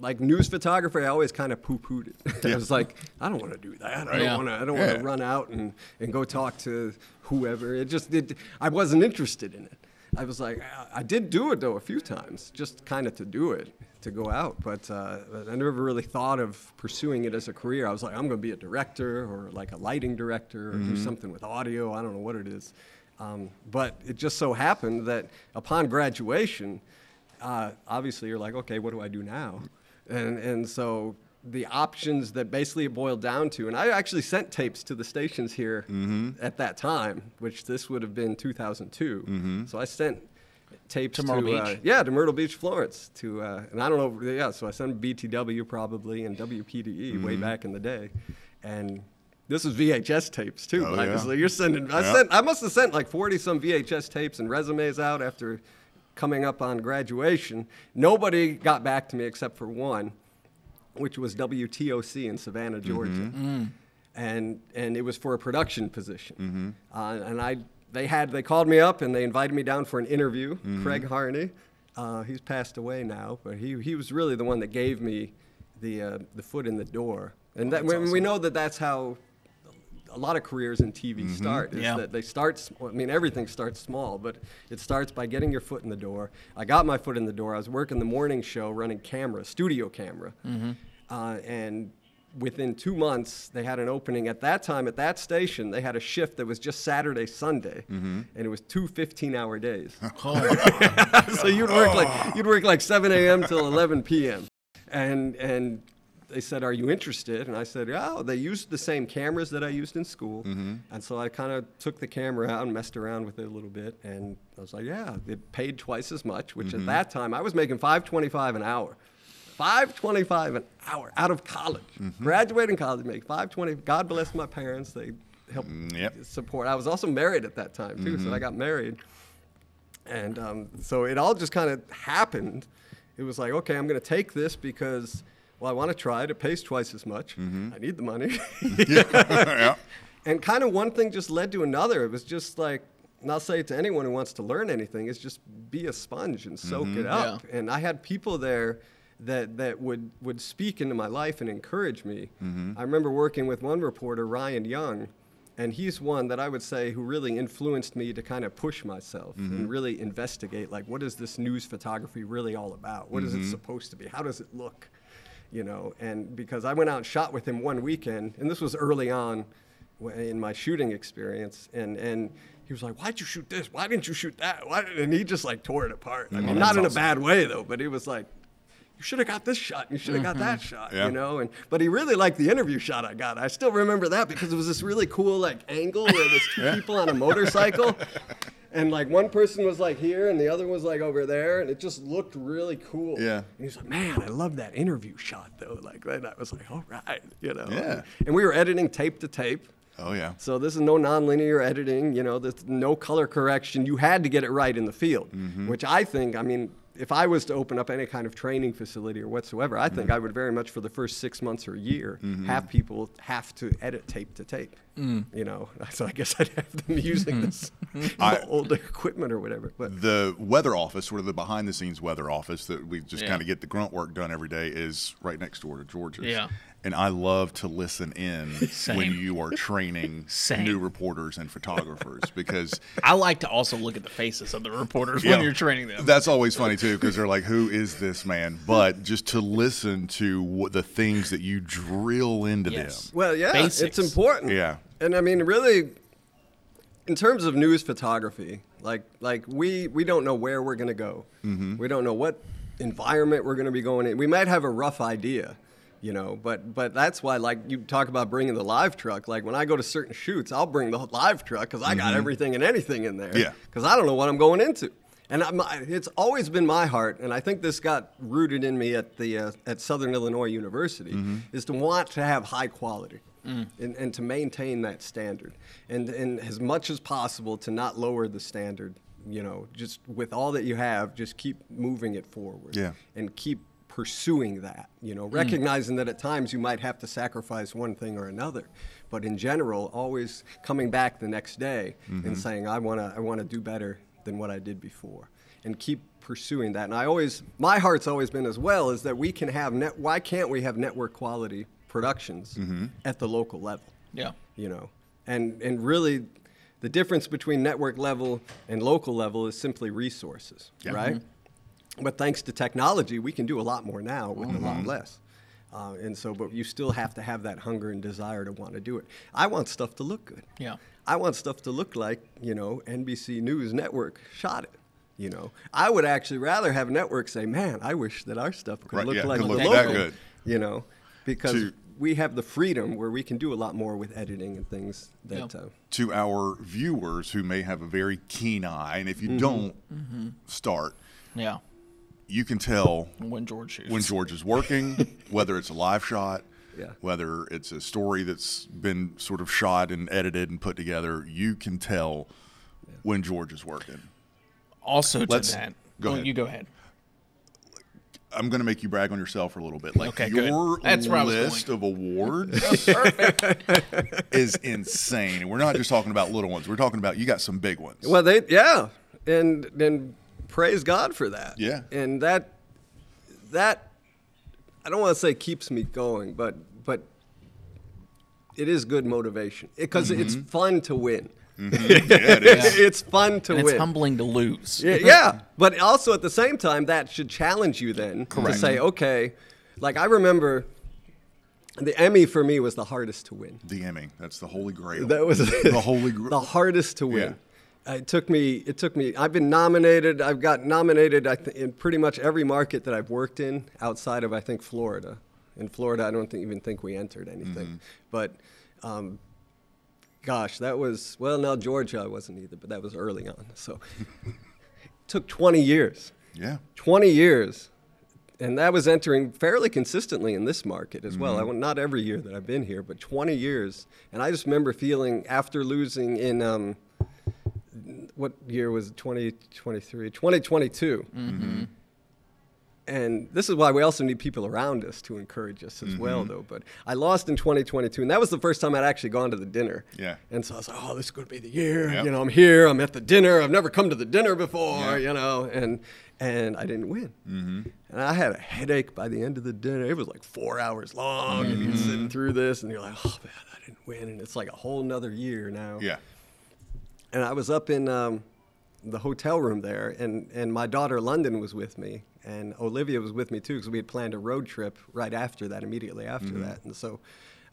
Speaker 3: Like news photography, I always kind of poo-pooed it. I was like, I don't want to do that. I
Speaker 1: Yeah.
Speaker 3: don't want to. I don't want
Speaker 2: Yeah.
Speaker 3: to run out and, and go talk to whoever. It just it, I wasn't interested in it. I was like, I, I did do it though a few times, just kind of to do it, to go out. But uh, I never really thought of pursuing it as a career. I was like, I'm going to be a director or like a lighting director or do something with audio. I don't know what it is. Um, but it just so happened that upon graduation, uh, obviously you're like, okay, what do I do now? And, and so the options that basically it boiled down to, and I actually sent tapes to the stations here
Speaker 2: Mm-hmm.
Speaker 3: at that time, which this would have been 2002.
Speaker 2: Mm-hmm.
Speaker 3: So I sent tapes
Speaker 1: To Myrtle
Speaker 3: uh,
Speaker 1: Beach?
Speaker 3: yeah, to Myrtle Beach, Florence. To uh, and I don't E
Speaker 2: Mm-hmm.
Speaker 3: know, yeah. So I sent BTW probably and WPDE way back in the day, and This was VHS tapes too.
Speaker 2: Oh,
Speaker 3: Mike.
Speaker 2: yeah.
Speaker 3: So you're sending. I
Speaker 2: Yeah.
Speaker 3: sent. I must have sent like 40 some VHS tapes and resumes out after coming up on graduation. Nobody got back to me except for one, which was WTOC in Savannah, Georgia, and and it was for a production position. Uh, and I they had they called me up and they invited me down for an interview. Craig Harney, uh, he's passed away now, but he he was really the one that gave me the uh, the foot in the door. And that, when we know that that's how a lot of careers in TV start is
Speaker 1: Yeah.
Speaker 3: that they start s- well, I mean everything starts small but it starts by getting your foot in the door I got my foot in the door I was working the morning show running camera studio camera uh, and within two months they had an opening at that time at that station they had a shift that was just Saturday Sunday and it was two 15 hour days
Speaker 1: Oh,
Speaker 3: so you'd work like you'd work like 7 a.m. till 11 p.m. And and they said, "Are you interested?" And I said, "Oh, they used the same cameras that I used in school." And so I kind of took the camera out and messed around with it a little bit, and I was like, "Yeah, it paid twice as much." Which at that time I was making 5.25 an hour. 5.25 an hour out of college, graduating college, make 5.20. God bless my parents; they helped
Speaker 2: yep.
Speaker 3: support. I was also married at that time too, so I got married, and um, so it all just kind of happened. It was like, okay, I'm going to take this because, well, I want to try it. It pays twice as much. I need the money,
Speaker 2: yeah.
Speaker 3: and kind of one thing just led to another. It was just like, and I'll say it to anyone who wants to learn anything is just be a sponge and soak it up. And I had people there that that would would speak into my life and encourage me. I remember working with one reporter, Ryan Young, and he's one that I would say who really influenced me to kind of push myself and really investigate like what is this news photography really all about? What is it supposed to be? How does it look? you know, and because I went out and shot with him one weekend, and this was early on w- in my shooting experience, and and he was like, "Why'd you shoot this? Why didn't you shoot that?" Why? didn't-" And he just like tore it apart. I mean, not in a bad way though, but he was like, "You should have got this shot. and You should have got that shot."
Speaker 2: Yeah.
Speaker 3: You know, and but he really liked the interview shot I got. I still remember that because it was this really cool like angle where there's two people on a motorcycle. And like one person was like here and the other was like over there, and it just looked really cool.
Speaker 2: Yeah.
Speaker 3: And he's like, man, I love that interview shot though. Like, and I was like, all right, you know.
Speaker 2: Yeah.
Speaker 3: And we were editing tape to tape.
Speaker 2: Oh yeah.
Speaker 3: So this is no nonlinear editing, you know, there's no color correction. You had to get it right in the field,
Speaker 2: Mm-hmm.
Speaker 3: which I think, I mean, if I was to open up any kind of training facility or whatsoever, I
Speaker 2: Mm-hmm.
Speaker 3: think I would very much for the first six months or a year have people have to edit tape to tape. You know, so I guess I'd have them using this
Speaker 2: I-
Speaker 3: older equipment or whatever. But
Speaker 2: The weather office, sort of the behind the scenes weather office that we just
Speaker 1: Yeah.
Speaker 2: kind of get the grunt work done every day, is right next door to George's.
Speaker 1: Yeah.
Speaker 2: And I love to listen in when
Speaker 1: Same.
Speaker 2: you are training
Speaker 1: Same.
Speaker 2: new reporters and photographers because
Speaker 1: I like to also look at the faces of the reporters
Speaker 2: Yeah.
Speaker 1: when you're training them.
Speaker 2: That's always funny too because they're like, "Who is this man?" But just to listen to what the things that you drill into
Speaker 1: Yes.
Speaker 2: them.
Speaker 3: Well, yeah,
Speaker 1: Basics.
Speaker 3: it's important.
Speaker 2: Yeah.
Speaker 3: and I mean, really, in terms of news photography, like like we we don't know where we're gonna go.
Speaker 2: Mm-hmm.
Speaker 3: We don't know what environment we're gonna be going in. We might have a rough idea, you know, but but that's why like you talk about bringing the live truck. Like when I go to certain shoots, I'll bring the live truck because I got everything and anything in there.
Speaker 2: Mm-hmm. Yeah.
Speaker 3: because I don't know what I'm going into. And I'm, I- it's always been my heart, and I think this got rooted in me at the uh, at Southern Illinois University, is to want to have high quality and, and to maintain that standard, and and as much as possible to not lower the standard. You know, just with all that you have, just keep moving it forward
Speaker 2: Yeah.
Speaker 3: and keep pursuing that you know recognizing that at times you might have to sacrifice one thing or another but in general always coming back the next day and saying i want to i want to do better than what i did before and keep pursuing that and i always my heart's always been as well is that we can have net why can't we have network quality productions at the local level
Speaker 1: Yeah.
Speaker 3: you know and and really the difference between network level and local level is simply resources
Speaker 2: Yeah. Mm-hmm.
Speaker 3: right but thanks to technology we can do a lot more now with a lot less uh, and so but you still have to have that hunger and desire to want to do it i want stuff to look good
Speaker 1: Yeah.
Speaker 3: i want stuff to look like you know nbc news network shot it you know i would actually rather have networks say man i wish that our stuff could
Speaker 2: Right,
Speaker 3: look
Speaker 2: yeah,
Speaker 3: like
Speaker 2: could
Speaker 3: the
Speaker 2: look
Speaker 3: local
Speaker 2: that good.
Speaker 3: you know, because
Speaker 2: To-
Speaker 3: we have the freedom where we can do a lot more with editing and things that.
Speaker 1: Yeah.
Speaker 3: Uh,
Speaker 2: To our viewers who may have a very keen eye, and if
Speaker 1: Mm-hmm.
Speaker 2: you don't start,
Speaker 1: Yeah.
Speaker 2: you can tell
Speaker 1: When George shoots.
Speaker 2: when George is working, whether it's a live shot,
Speaker 3: Yeah.
Speaker 2: whether it's a story that's been sort of shot and edited and put together, you can tell when George is working.
Speaker 1: Also, to
Speaker 2: Let's-
Speaker 1: that,
Speaker 2: go
Speaker 1: Oh,
Speaker 2: ahead.
Speaker 1: you go ahead.
Speaker 2: I'm going to make you brag on yourself for a little bit. Like
Speaker 1: Okay, good.
Speaker 2: your
Speaker 1: That's where I was
Speaker 2: list of awards is insane. And we're not just talking about little ones. We're talking about you got some big ones.
Speaker 3: Well, they yeah, and and praise God for that.
Speaker 2: Yeah.
Speaker 3: and that that I don't want to say keeps me going, but but it is good motivation because it's fun to win.
Speaker 2: Mm-hmm. yeah, it is.
Speaker 3: It's fun to
Speaker 1: And
Speaker 3: win.
Speaker 1: it's humbling to lose.
Speaker 3: Yeah, yeah. But also at the same time, that should challenge you then to say, okay, like I remember the Emmy for me was the hardest to win.
Speaker 2: The Emmy. That's the holy grail.
Speaker 3: That was
Speaker 2: the holy grail.
Speaker 3: the hardest to win.
Speaker 2: Yeah.
Speaker 3: Uh, It took me. It took me. I've been nominated. I've got nominated. I th- in pretty much every market that I've worked in outside of I think Florida. In Florida, I don't think, even think we entered anything. But, um, gosh, that was well. Now Georgia, I wasn't either, but that was early on. So, took 20 years.
Speaker 2: yeah.
Speaker 3: 20 years. And that was entering fairly consistently in this market as
Speaker 2: Mm-hmm.
Speaker 3: well. I went not every year that I've been here, but 20 years. And I just remember feeling after losing in um, what year was it? 2023, 2022.
Speaker 2: Mm-hmm.
Speaker 3: And this is why we also need people around us to encourage us as well,
Speaker 2: Mm-hmm.
Speaker 3: though. But I lost in 2022, and that was the first time I'd actually gone to the dinner.
Speaker 2: Yeah.
Speaker 3: And so I was like, oh, this is going to be the year.
Speaker 2: Yep.
Speaker 3: You know, I'm here. I'm at the dinner. I've never come to the dinner before.
Speaker 2: Yeah.
Speaker 3: You know, and and I didn't win. Mm-hmm. And I had a headache by the end of the dinner. It was like four hours long, and you're sitting through this, and you're like, oh man, I didn't win, and it's like a whole nother year now.
Speaker 2: Yeah.
Speaker 3: And I was up in um, the hotel room there, and and my daughter London was with me, and Olivia was with me too, because we had planned a road trip right after that, immediately after that, and so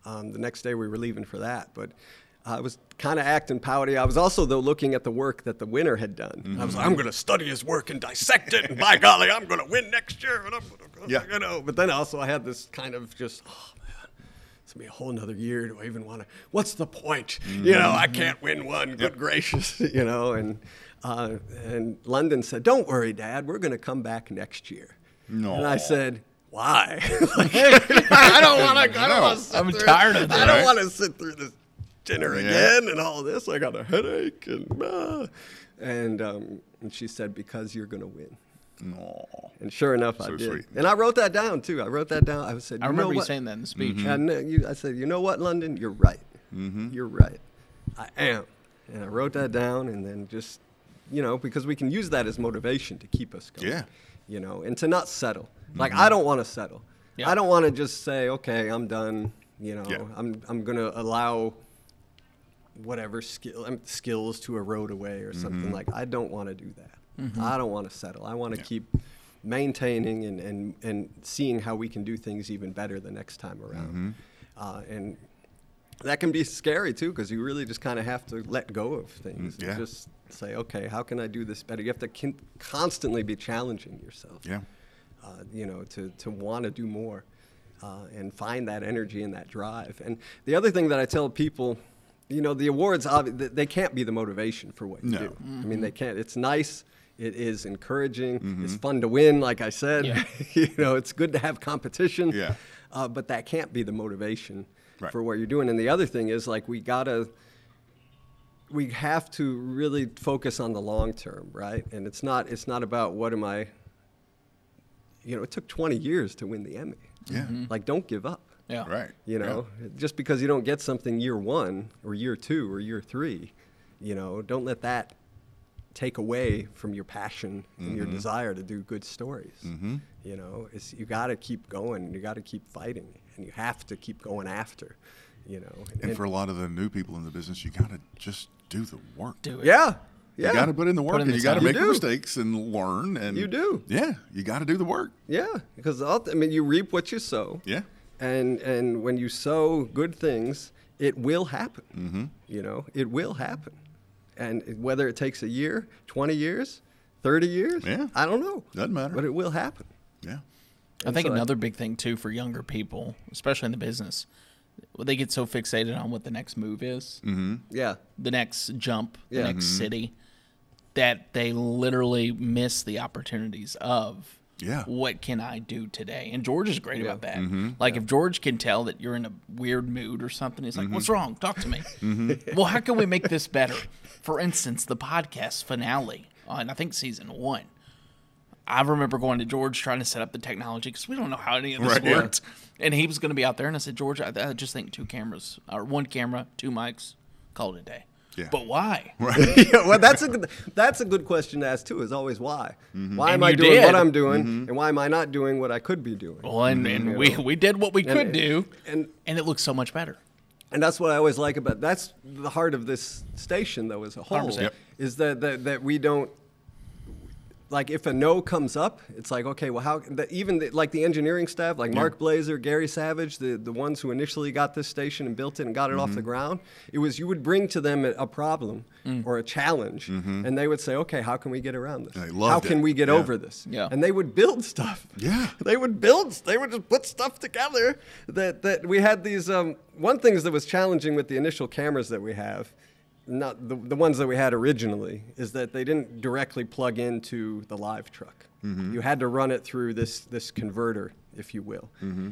Speaker 3: um, the next day we were leaving for that, but. I was kind of acting pouty. I was also, though, looking at the work that the winner had done. I was like, I'm going to study his work and dissect it, and by golly, I'm going to win next year. And I'm going to,
Speaker 2: Yeah.
Speaker 3: you know. But then also, I had this kind of just, oh man, it's gonna be a whole nother year. Do I even want to? What's the point? You know,
Speaker 2: Mm-hmm.
Speaker 3: I can't win one. Good gracious, you know. And uh, and London said, "Don't worry, Dad. We're gonna come back next year."
Speaker 2: No.
Speaker 3: And I said, "Why? Like,
Speaker 1: I don't want
Speaker 3: I don't want to sit
Speaker 1: I'm
Speaker 3: through-
Speaker 1: tired of
Speaker 3: I
Speaker 1: that.
Speaker 3: don't
Speaker 2: right?
Speaker 3: want to sit through this dinner
Speaker 2: Yeah.
Speaker 3: again and all this. I got a headache and ah." and um, and she said, "Because you're gonna win."
Speaker 2: No.
Speaker 3: And sure enough, I
Speaker 2: So
Speaker 3: did.
Speaker 2: sweet.
Speaker 3: And I wrote that down too. I wrote that down. I said,
Speaker 1: I
Speaker 3: "You know
Speaker 1: remember you
Speaker 3: what?
Speaker 1: saying that in the speech.
Speaker 2: Mm-hmm.
Speaker 3: And uh, you, I said, you know what, London, you're right. You're right. I am. And I wrote that down, and then just, you know, because we can use that as motivation to keep us going.
Speaker 2: Yeah. Mm-hmm.
Speaker 3: You know, and to not settle. Like I don't want to settle.
Speaker 1: Yeah.
Speaker 3: I don't want to just say, okay, I'm done. You know,
Speaker 2: Yeah.
Speaker 3: I'm I'm gonna allow whatever skill um, skills to erode away
Speaker 2: Mm-hmm.
Speaker 3: or something like I don't want to do that. I don't want to settle. I want to keep maintaining and, and and seeing how we can do things even better the next time around.
Speaker 2: Mm-hmm.
Speaker 3: Uh, and that can be scary too because you really just kind of have to let go of things.
Speaker 2: Mm, yeah.
Speaker 3: And just say, okay, how can I do this better? You have to con- constantly be challenging yourself
Speaker 2: Yeah.
Speaker 3: uh, you know, to, to want to do more uh, and find that energy and that drive. And the other thing that I tell people, you know, the awards, obvi- th- they can't be the motivation for what you
Speaker 2: No. Mm-hmm.
Speaker 3: do. I mean, they can't. It's nice. It is encouraging. It's fun to win, like I said.
Speaker 1: Yeah.
Speaker 3: you know, it's good to have competition.
Speaker 2: Yeah.
Speaker 3: Uh, but that can't be the motivation
Speaker 2: Right.
Speaker 3: for what you're doing. And the other thing is, like, we got to we have to really focus on the long term, right? And it's not it's not about what am I you know, it took 20 years to win the Emmy.
Speaker 2: Yeah.
Speaker 3: Like don't give up.
Speaker 1: Yeah.
Speaker 2: Right.
Speaker 3: Mm-hmm. You know, just because you don't get something year 1 or year 2 or year 3, you know, don't let that take away from your passion and
Speaker 2: Mm-hmm.
Speaker 3: your desire to do good stories. You know, it's you got to keep going, you got to keep fighting, and you have to keep going after, you know.
Speaker 2: And, for a lot of the new people in the business, you got to just do the work.
Speaker 1: Do it.
Speaker 3: yeah. Yeah.
Speaker 2: You got to put in the work
Speaker 1: in
Speaker 2: and
Speaker 1: the
Speaker 2: you got to
Speaker 1: time.
Speaker 2: make
Speaker 3: You
Speaker 2: your
Speaker 3: do.
Speaker 2: mistakes and learn and
Speaker 3: You do.
Speaker 2: Yeah, you got to do the work.
Speaker 3: Yeah, because I mean, you reap what you sow.
Speaker 2: Yeah.
Speaker 3: and and when you sow good things, it will happen. Mm-hmm. You know, it will happen, and it- whether it takes a year, twenty years, thirty years,
Speaker 2: Yeah.
Speaker 3: I don't know.
Speaker 2: Doesn't matter.
Speaker 3: but it will happen.
Speaker 2: Yeah.
Speaker 1: I think
Speaker 3: so I-
Speaker 1: another big thing too for younger people, especially in the business, they get so fixated on what the next move is,
Speaker 3: Yeah,
Speaker 1: the next jump, the
Speaker 3: Yeah.
Speaker 2: Mm-hmm.
Speaker 1: next city, that they literally miss the opportunities of
Speaker 2: Yeah. Mm-hmm.
Speaker 1: What can I do today? And George is great about that. Like if George can tell that you're in a weird mood or something, he's like,
Speaker 2: Mm-hmm.
Speaker 1: "What's wrong? Talk to me." Well, how can we make this better? For instance, the podcast finale on I think season one. I remember going to George trying to set up the technology because we don't know how any of this
Speaker 2: Right, yeah.
Speaker 1: works, and he was going to be out there, and I said, "George, I, I just think two cameras or one camera, two mics, call it a day."
Speaker 2: Yeah.
Speaker 1: But why?
Speaker 3: yeah, well, that's a good, that's a good question to ask too. Is always why?
Speaker 2: Mm-hmm.
Speaker 3: Why am
Speaker 1: And
Speaker 3: I
Speaker 1: you
Speaker 3: doing
Speaker 1: did.
Speaker 3: what I'm doing, and why am I not doing what I could be doing?
Speaker 2: Oh.
Speaker 1: Well, and, and we, we did what we could
Speaker 3: it-
Speaker 1: do,
Speaker 3: and-
Speaker 1: and it looks so much better.
Speaker 3: and that's what I always like about that's the heart of this station though as a whole
Speaker 1: 100%. Yep.
Speaker 3: is that, that that we don't like if a no comes up it's like okay well how the, even the, like the engineering staff like Mark Blazer Gary Savage the the ones who initially got this station and built it and got it off
Speaker 2: Mm-hmm.
Speaker 3: the ground it was you would bring to them a, a problem
Speaker 2: Mm.
Speaker 3: or a challenge and they would say okay how can we get around this
Speaker 2: And Mm-hmm. they
Speaker 3: how
Speaker 2: loved it.
Speaker 3: can we get
Speaker 2: Yeah.
Speaker 3: over this
Speaker 1: Yeah.
Speaker 3: and they would build stuff
Speaker 2: Yeah.
Speaker 3: they would build they would just put stuff together that that we had these um, one things that was challenging with the initial cameras that we have not the, the ones that we had originally is that they didn't directly plug into the live truck you had to run it through this this converter if you will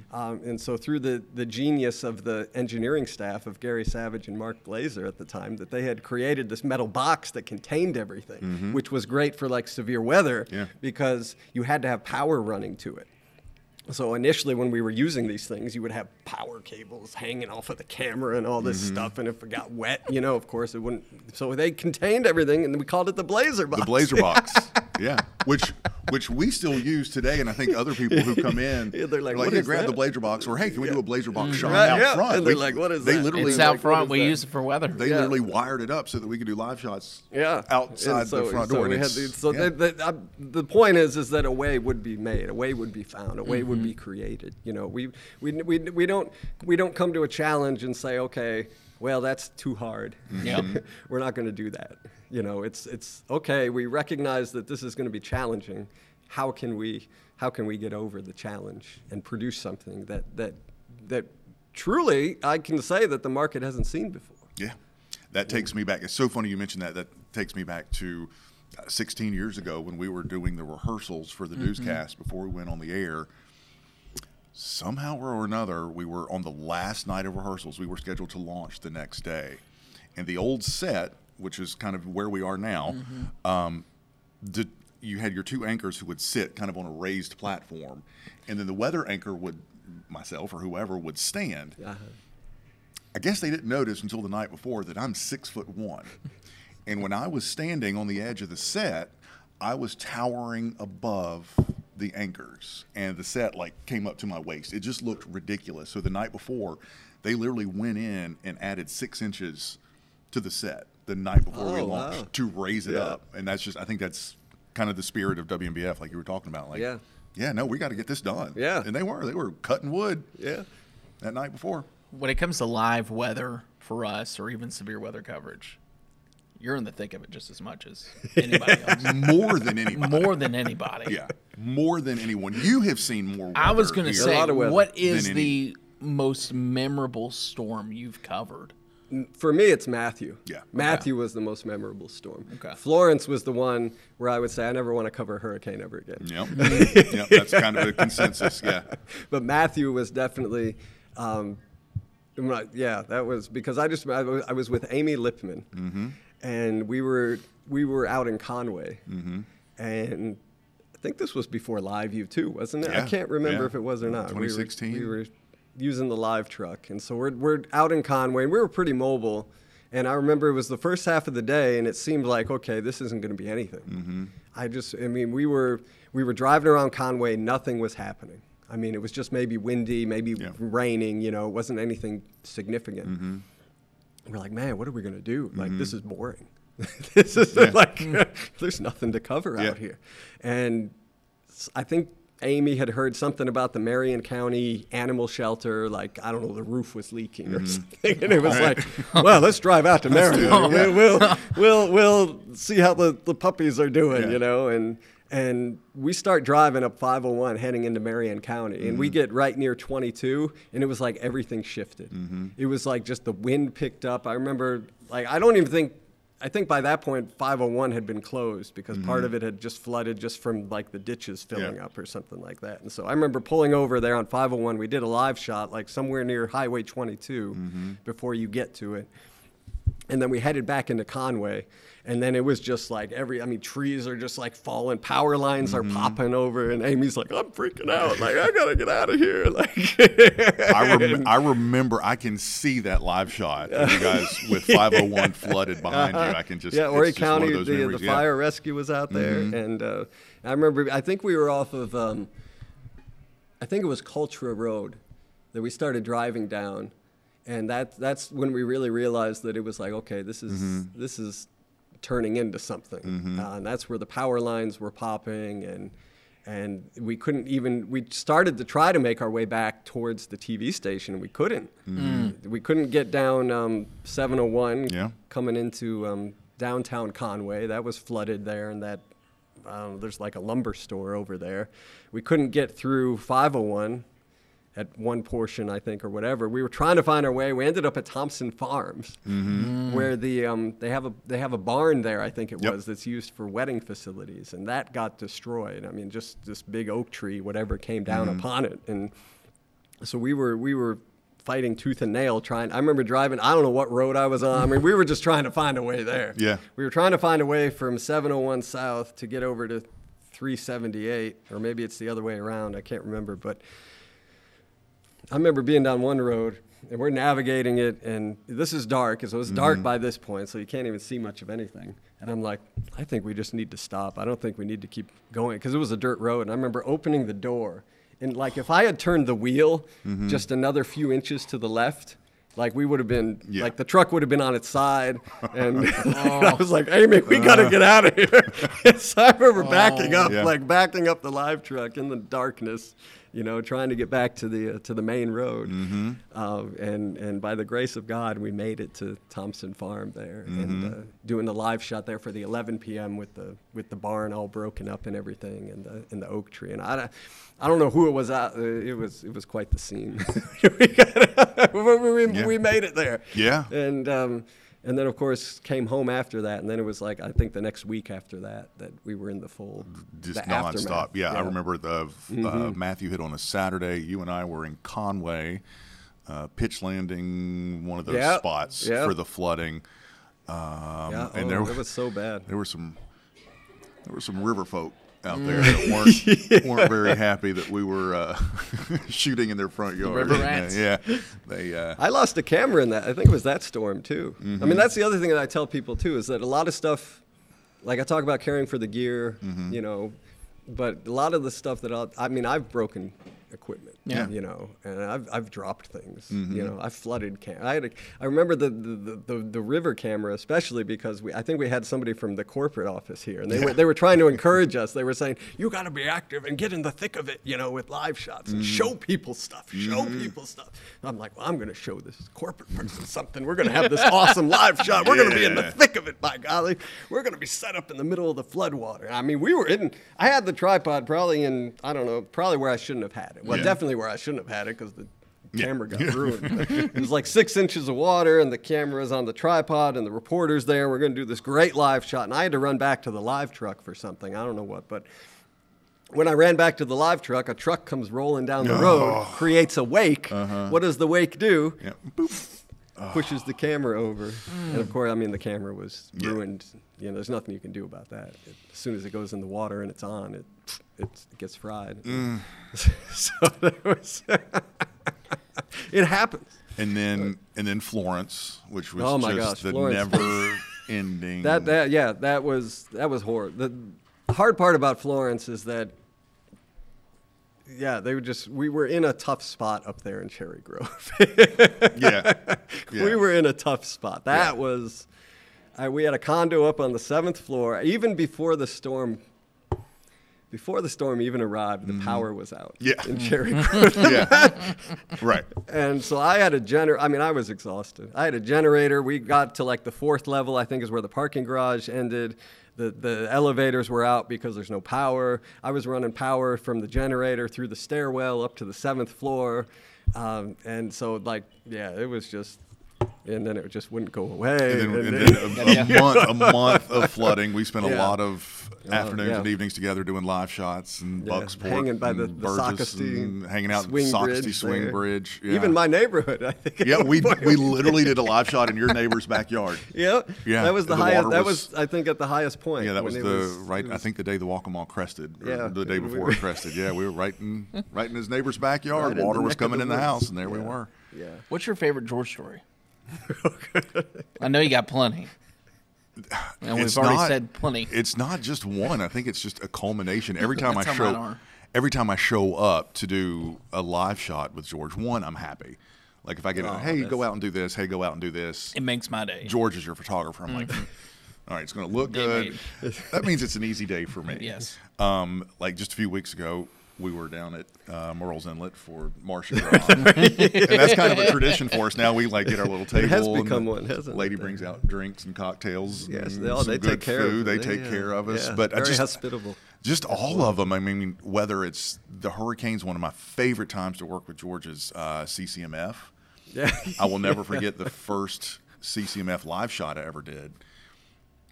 Speaker 3: um, and so through the the genius of the engineering staff of gary savage and mark blazer at the time that they had created this metal box that contained everything which was great for like severe weather
Speaker 2: Yeah.
Speaker 3: because you had to have power running to it so initially, when we were using these things, you would have power cables hanging off of the camera and all this
Speaker 2: Mm-hmm.
Speaker 3: stuff. And if it got wet, you know, of course, it wouldn't. So they contained everything, and we called it the Blazer Box.
Speaker 2: The blazer box. yeah. Which which we still use today and I think other people who come in
Speaker 3: Yeah, they're like,
Speaker 2: "Well,
Speaker 3: "What
Speaker 2: yeah,
Speaker 3: is
Speaker 2: grab
Speaker 3: that?" Mm-hmm.
Speaker 2: the blazer box or hey, can we do a blazer box shot
Speaker 3: Right,
Speaker 2: out
Speaker 3: yeah.
Speaker 2: front?
Speaker 3: And they're
Speaker 2: We-
Speaker 3: like, "What is
Speaker 2: they
Speaker 3: that?"
Speaker 2: literally
Speaker 1: It's
Speaker 3: like,
Speaker 1: out
Speaker 3: what
Speaker 1: front.
Speaker 3: is
Speaker 1: We
Speaker 3: that?
Speaker 1: use it for weather.
Speaker 2: They
Speaker 3: Yeah.
Speaker 2: literally wired it up so that we could do live shots
Speaker 3: yeah,
Speaker 2: outside
Speaker 3: And so-
Speaker 2: the front
Speaker 3: so
Speaker 2: door.
Speaker 3: we
Speaker 2: and
Speaker 3: had
Speaker 2: it's-
Speaker 3: these- so
Speaker 2: yeah.
Speaker 3: the, the, uh, the point is, is that a way would be made, a way would be found, a way
Speaker 2: Mm-hmm.
Speaker 3: would be created. You know, we, we we we don't we don't come to a challenge and say, okay, well, that's too hard.
Speaker 1: Yeah.
Speaker 3: we're not going to do that. You know, it's it's okay. We recognize that this is going to be challenging. How can we how can we get over the challenge and produce something that that that truly I can say that the market hasn't seen before.
Speaker 2: Yeah, that takes me back. It's so funny you mentioned that. That takes me back to uh, 16 years ago when we were doing the rehearsals for the newscast before we went on the air. Somehow or another, we were on the last night of rehearsals. We were scheduled to launch the next day, and the old set, which is kind of where we are now, um, did, you had your two anchors who would sit kind of on a raised platform, and then the weather anchor would, myself or whoever, would stand.
Speaker 3: Uh-huh.
Speaker 2: I guess they didn't notice until the night before that I'm six foot one. And when I was standing on the edge of the set, I was towering above the anchors and the set like came up to my waist. It just looked ridiculous. So the night before, they literally went in and added six inches to the set the night before we
Speaker 3: Oh,
Speaker 2: launched
Speaker 3: wow.
Speaker 2: to raise it
Speaker 3: Yeah.
Speaker 2: up. And that's just I think that's kind of the spirit of WMBF like you were talking about. Like
Speaker 3: Yeah.
Speaker 2: yeah, no, we gotta get this done.
Speaker 3: Yeah.
Speaker 2: And they were. They were cutting wood
Speaker 3: Yeah.
Speaker 2: that night before.
Speaker 1: When it comes to live weather for us, or even severe weather coverage, you're in the thick of it just as much as anybody else,
Speaker 2: More than anybody.
Speaker 1: more than anybody.
Speaker 2: Yeah, more than anyone. You have seen more.
Speaker 1: I was
Speaker 2: weather
Speaker 1: going to
Speaker 2: here.
Speaker 1: say,
Speaker 3: lot of weather
Speaker 1: what is
Speaker 2: than any-
Speaker 1: the most memorable storm you've covered?
Speaker 3: For me, it's Matthew.
Speaker 2: Yeah. Okay.
Speaker 3: Matthew was the most memorable storm.
Speaker 1: Okay.
Speaker 3: Florence was the one where I would say I never want to cover a hurricane ever again.
Speaker 2: Yep. yep, that's kind of a consensus. Yeah,
Speaker 3: But Matthew was definitely, um, I'm not- yeah, that was because I just I was, I was with Amy Lipman,
Speaker 2: Mm-hmm.
Speaker 3: and we were we were out in Conway,
Speaker 2: Mm-hmm.
Speaker 3: and. I think this was before Live View too, wasn't it?
Speaker 2: Yeah,
Speaker 3: I can't remember
Speaker 2: yeah.
Speaker 3: if it was or not. We were-
Speaker 2: 2016?
Speaker 3: we were were using the live truck. And so we're, we're out in Conway and we were pretty mobile. And I remember it was the first half of the day and it seemed like, okay, this isn't going to be anything. I just, I mean, we were, we were driving around Conway, nothing was happening. I mean, it was just maybe windy, maybe raining, you know, it wasn't anything significant we're like, man, what are we gonna do? Like, this is boring. this is like, there's nothing to cover
Speaker 2: Yeah.
Speaker 3: out here. And s- I think Amy had heard something about the Marion County animal shelter. Like, I don't know, the roof was leaking or something. And it was like, well, let's drive out to Marion. We'll, we'll, we'll, we'll see how the, the puppies are doing,
Speaker 2: Yeah.
Speaker 3: you know? And, and we start driving up 501 heading into Marion County, and we get right near 22, and it was like everything shifted. It was like just the wind picked up. I remember, like, I don't even think, I think by that point, 501 had been closed because part of it had just flooded just from like the ditches filling
Speaker 2: Yeah.
Speaker 3: up or something like that. And so I remember pulling over there on 501. We did a live shot like somewhere near Highway 22 before you get to it. And then we headed back into Conway. And then it was just like every, I mean, trees are just like falling, power lines are popping over. And Amy's like, I'm freaking out. Like, I gotta get out of here. Like,
Speaker 2: I, rem- I remember. I can see that live shot of you guys with 501 flooded behind you. I can just
Speaker 3: yeah,
Speaker 2: it's
Speaker 3: Horry
Speaker 2: just one of
Speaker 3: County,
Speaker 2: those
Speaker 3: the,
Speaker 2: memories,
Speaker 3: the
Speaker 2: yeah. Mm-hmm.
Speaker 3: fire rescue was out there, and uh, I remember. I think we were off of, um, I think it was Cultura Road, that we started driving down, and that that's when we really realized that it was like, okay, this is
Speaker 2: Mm-hmm.
Speaker 3: this is turning into something, uh, and that's where the power lines were popping and. And we couldn't even. We started to try to make our way back towards the TV station. We couldn't. We couldn't get down um, 701
Speaker 2: Mm-hmm. Yeah.
Speaker 3: coming into um, downtown Conway. That was flooded there, and that um, there's like a lumber store over there. We couldn't get through 501 at one portion, I think, or whatever. We were trying to find our way. We ended up at Thompson Farms, where the um, they have a they have a barn there, I think it
Speaker 2: Mm-hmm. Yep.
Speaker 3: was, that's used for wedding facilities, and that got destroyed. I mean, just this big oak tree, whatever, came down
Speaker 2: Mm-hmm.
Speaker 3: upon it, and so we were we were fighting tooth and nail trying i remember driving i don't know what road i was on i mean we were just trying to find a way there
Speaker 2: Yeah.
Speaker 3: we were trying to find a way from 701 south to get over to 378 or maybe it's the other way around i can't remember but i remember being down one road and we're navigating it and this is dark so it's dark
Speaker 2: Mm-hmm.
Speaker 3: by this point so you can't even see much of anything and i'm like i think we just need to stop i don't think we need to keep going because it was a dirt road and i remember opening the door and like if i had turned the wheel
Speaker 2: Mm-hmm.
Speaker 3: just another few inches to the left like we would have been
Speaker 2: Yeah.
Speaker 3: like the truck would have been on its side and i was like amy we gotta get out of here so i remember backing up
Speaker 2: Uh. Oh. Yeah.
Speaker 3: like backing up the live truck in the darkness you know trying to get back to the uh, to the main road
Speaker 2: Mm-hmm.
Speaker 3: uh, and and by the grace of god we made it to thompson farm there
Speaker 2: Mm-hmm.
Speaker 3: and uh, doing the live shot there for the 11 p.m with the with the barn all broken up and everything and the and the oak tree and i don't- I don't know who it was. Out, uh, it was it was quite the scene. we, got- we- we-
Speaker 2: Yeah.
Speaker 3: we made it there.
Speaker 2: Yeah.
Speaker 3: And um, and then of course came home after that, and then it was like I think the next week after that that we were in the full
Speaker 2: just
Speaker 3: the
Speaker 2: nonstop.
Speaker 3: aftermath. Mm-hmm.
Speaker 2: Yeah, I remember the uh, Matthew hit on a Saturday. You and I were in Conway, uh, pitch landing one of those
Speaker 3: Yep,
Speaker 2: spots
Speaker 3: yep.
Speaker 2: for the flooding. Um,
Speaker 3: Yeah,
Speaker 2: and
Speaker 3: oh,
Speaker 2: there
Speaker 3: it was so bad.
Speaker 2: there were some there were some river folk out there
Speaker 3: Mm.
Speaker 2: that weren't weren't very happy that we were uh, shooting in their front yard.
Speaker 1: river
Speaker 2: And, uh,
Speaker 1: rats.
Speaker 2: yeah, they uh,
Speaker 3: I lost a camera in that. I think it was that storm too. I
Speaker 2: Mm-hmm.
Speaker 3: mean, that's the other thing that I tell people too is that a lot of stuff, like I talk about caring for the gear,
Speaker 2: Mm-hmm.
Speaker 3: you know, but a lot of the stuff that I'll, I mean, I've broken equipment,
Speaker 1: Yeah.
Speaker 3: you know, and I've, I've dropped things, you know, I've flooded cam. I had a, I remember the, the, the, the, the river camera, especially because we, I think we had somebody from the corporate office here and they were, they were trying to encourage us. They were saying, you got to be active and get in the thick of it, you know, with live shots and show people stuff, show people stuff. And I'm like, well, I'm going to show this corporate person something. We're going to have this awesome live shot. We're going to be in the
Speaker 2: Yeah.
Speaker 3: thick of it, by golly. We're going to be set up in the middle of the floodwater. I mean, we were in, I had the tripod probably in, I don't know, probably where I shouldn't have had it. Well,
Speaker 2: Yeah.
Speaker 3: definitely where I shouldn't have had it because the
Speaker 2: Yeah.
Speaker 3: camera got ruined. it was like six inches of water, and the camera's on the tripod, and the reporter's there. We're going to do this great live shot. And I had to run back to the live truck for something. I don't know what, but when I ran back to the live truck, a truck comes rolling down the road,
Speaker 2: Oh.
Speaker 3: creates a wake.
Speaker 2: Uh-huh.
Speaker 3: What does the wake do?
Speaker 2: yeah, boop.
Speaker 3: Pushes the camera over. And of course, I mean, the camera was
Speaker 2: Yeah.
Speaker 3: ruined. You know, there's nothing you can do about that. It, as soon as it goes in the water and it's on, it, it gets fried. so there was. it happens.
Speaker 2: and then and then Florence, which was
Speaker 3: Uh, Oh my
Speaker 2: just
Speaker 3: gosh,
Speaker 2: the
Speaker 3: Florence.
Speaker 2: never ending.
Speaker 3: That that yeah, that was that was horrible. The hard part about Florence is that yeah, they were just we were in a tough spot up there in Cherry Grove.
Speaker 2: yeah,
Speaker 3: we
Speaker 2: yeah.
Speaker 3: were in a tough spot. That was I, we had a condo up on the 7th floor even before the storm before the storm even arrived, the power was out
Speaker 2: Mm-hmm. Yeah. Mm-hmm.
Speaker 3: in Cherry Grove.
Speaker 2: yeah, right.
Speaker 3: And so I had a gener I mean, I was exhausted. I had a generator. We got to like the fourth level, I think is where the parking garage ended. The, the elevators were out because there's no power. I was running power from the generator through the stairwell up to the seventh floor. Um, and so, like, yeah, it was just, and then it just wouldn't go away.
Speaker 2: And then,
Speaker 3: and
Speaker 2: and
Speaker 3: then-
Speaker 2: then a, a month, a month of flooding. We spent a
Speaker 3: Yeah.
Speaker 2: lot of afternoons
Speaker 3: yeah.
Speaker 2: and evenings together doing live shots and
Speaker 3: Yeah,
Speaker 2: Bucksport,
Speaker 3: hanging by the,
Speaker 2: and
Speaker 3: the
Speaker 2: Burgess
Speaker 3: Sockasty,
Speaker 2: and hanging out
Speaker 3: swing
Speaker 2: at Sockasty
Speaker 3: bridge
Speaker 2: Swing
Speaker 3: there.
Speaker 2: Bridge. Yeah.
Speaker 3: Even my neighborhood, I think.
Speaker 2: yeah, we we literally did a live shot in your neighbor's backyard.
Speaker 3: yeah,
Speaker 2: Yeah,
Speaker 3: That was the,
Speaker 2: the
Speaker 3: highest.
Speaker 2: water
Speaker 3: That
Speaker 2: was-
Speaker 3: was, I think, at the highest point.
Speaker 2: Yeah, that was
Speaker 3: when
Speaker 2: the
Speaker 3: it
Speaker 2: right.
Speaker 3: it
Speaker 2: I think the day the Walkamaw crested, or
Speaker 3: Yeah,
Speaker 2: the day
Speaker 3: we-
Speaker 2: before it crested. Yeah, we were right in right in his neighbor's backyard.
Speaker 3: Right in
Speaker 2: Water
Speaker 3: the
Speaker 2: was
Speaker 3: neck of
Speaker 2: coming
Speaker 3: the
Speaker 2: in the
Speaker 3: woods.
Speaker 2: house, and there we
Speaker 3: Yeah.
Speaker 2: were.
Speaker 3: Yeah.
Speaker 1: What's your favorite George story? I know you got plenty. And we've
Speaker 2: It's
Speaker 1: already
Speaker 2: not-
Speaker 1: said plenty.
Speaker 2: It's not just one. I think it's just a culmination. Every time I
Speaker 1: That's how mine
Speaker 2: show,
Speaker 1: are.
Speaker 2: every time I show up to do a live shot with George, one I'm happy. Like if I get, a, hey, go out and do this. Hey, go out and do this.
Speaker 1: Oh, It Mm-hmm. makes my day.
Speaker 2: George is your photographer. I'm like, all right, it's going to look good. That means it's an easy day for me.
Speaker 1: Yes.
Speaker 2: Um, like just a few weeks ago, we were down at uh, Merle's Inlet for Marcia Gras. and that's kind of a tradition for us now. We like get our little table.
Speaker 3: It has
Speaker 2: and
Speaker 3: become
Speaker 2: the
Speaker 3: one, hasn't it?
Speaker 2: Lady brings out drinks and cocktails.
Speaker 3: Yes,
Speaker 2: and
Speaker 3: they, all,
Speaker 2: Mm, some
Speaker 3: they
Speaker 2: good
Speaker 3: take care
Speaker 2: food.
Speaker 3: of
Speaker 2: They
Speaker 3: it.
Speaker 2: take
Speaker 3: yeah.
Speaker 2: care of us.
Speaker 3: Yeah,
Speaker 2: But
Speaker 3: very
Speaker 2: I just
Speaker 3: hospitable.
Speaker 2: just all of them. I mean, whether it's the hurricanes, one of my favorite times to work with George is uh, CCMF.
Speaker 3: Yeah.
Speaker 2: I will never forget the first CCMF live shot I ever did.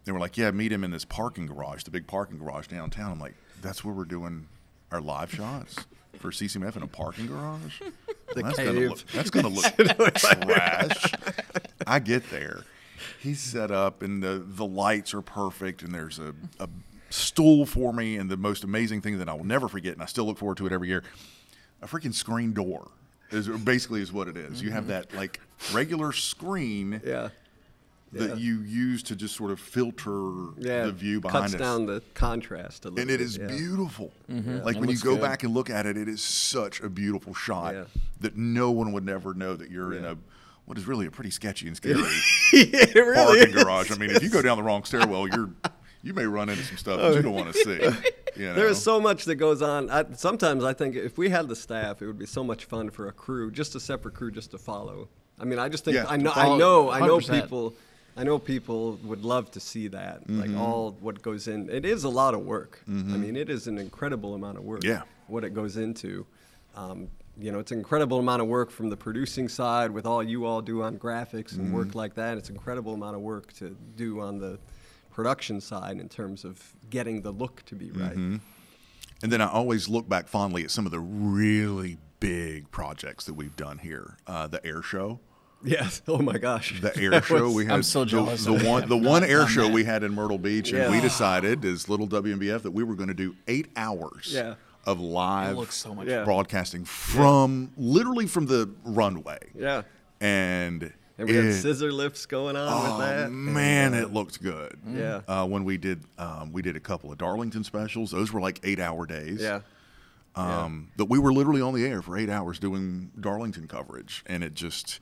Speaker 2: They were like, "Yeah, meet him in this parking garage, the big parking garage downtown." I'm like, "That's where we're doing our live shots for CCMF in a parking garage." Well, that's gonna
Speaker 3: cave.
Speaker 2: look. That's gonna look trash. I get there. He's set up, and the the lights are perfect, and there's a, a stool for me, and the most amazing thing that I will never forget, and I still look forward to it every year a freaking screen door is basically is what it is. You have that like regular screen
Speaker 3: Mm-hmm. yeah.
Speaker 2: that
Speaker 3: yeah.
Speaker 2: you use to just sort of filter
Speaker 3: Yeah.
Speaker 2: the view
Speaker 3: cuts
Speaker 2: behind us.
Speaker 3: down the contrast a little.
Speaker 2: and it
Speaker 3: bit,
Speaker 2: is
Speaker 3: yeah. Mm-hmm.
Speaker 2: beautiful. Like
Speaker 1: It
Speaker 2: when you
Speaker 1: looks
Speaker 2: go
Speaker 1: good.
Speaker 2: back and look at it, it is such a beautiful shot
Speaker 3: Yeah.
Speaker 2: that no one would ever know that you're in a what is really a pretty sketchy and scary
Speaker 3: it really
Speaker 2: parking
Speaker 3: is.
Speaker 2: garage. I mean, if you go down the wrong stairwell, you're you may run into some stuff that you don't
Speaker 3: Oh.
Speaker 2: want to see. You know?
Speaker 3: There is so much that goes on. I, sometimes I think if we had the staff, it would be so much fun for a crew, just a separate crew, just to follow. I mean, I just think
Speaker 2: Yeah,
Speaker 3: I
Speaker 2: to
Speaker 3: know,
Speaker 1: follow,
Speaker 3: I know, I know
Speaker 1: 100%.
Speaker 3: people, I know people would love to see that,
Speaker 2: Mm-hmm.
Speaker 3: like all what goes in. It is a lot of work. I mean, it is an incredible amount of work.
Speaker 2: Yeah.
Speaker 3: what it goes into. Um, you know, it's an incredible amount of work from the producing side with all you all do on graphics and
Speaker 2: Mm-hmm.
Speaker 3: work like that. It's an incredible amount of work to do on the production side in terms of getting the look to be right.
Speaker 2: Mm-hmm. And then I always look back fondly at some of the really big projects that we've done here. Uh, the air show,
Speaker 3: Yes. Oh my gosh.
Speaker 2: the air show we had.
Speaker 1: I'm so jealous
Speaker 2: The,
Speaker 1: that
Speaker 2: the
Speaker 1: we
Speaker 2: one,
Speaker 1: have
Speaker 2: the
Speaker 1: not
Speaker 2: one air
Speaker 1: done
Speaker 2: show
Speaker 1: that.
Speaker 2: we had in Myrtle Beach,
Speaker 3: Yeah.
Speaker 2: and we decided as little WMBF that we were going to do eight hours
Speaker 3: Yeah.
Speaker 2: of live
Speaker 1: It looks so much
Speaker 3: Yeah.
Speaker 2: broadcasting from literally from the runway.
Speaker 3: yeah.
Speaker 2: And,
Speaker 3: And we had
Speaker 2: it-
Speaker 3: scissor lifts going on
Speaker 2: Oh
Speaker 3: with that. uh,
Speaker 2: man, it looked good.
Speaker 3: Yeah.
Speaker 2: Uh, when we did, um, we did a couple of Darlington specials. Those were like eight-hour days.
Speaker 3: Yeah. Yeah.
Speaker 2: um, that we were literally on the air for eight hours doing Darlington coverage, and it just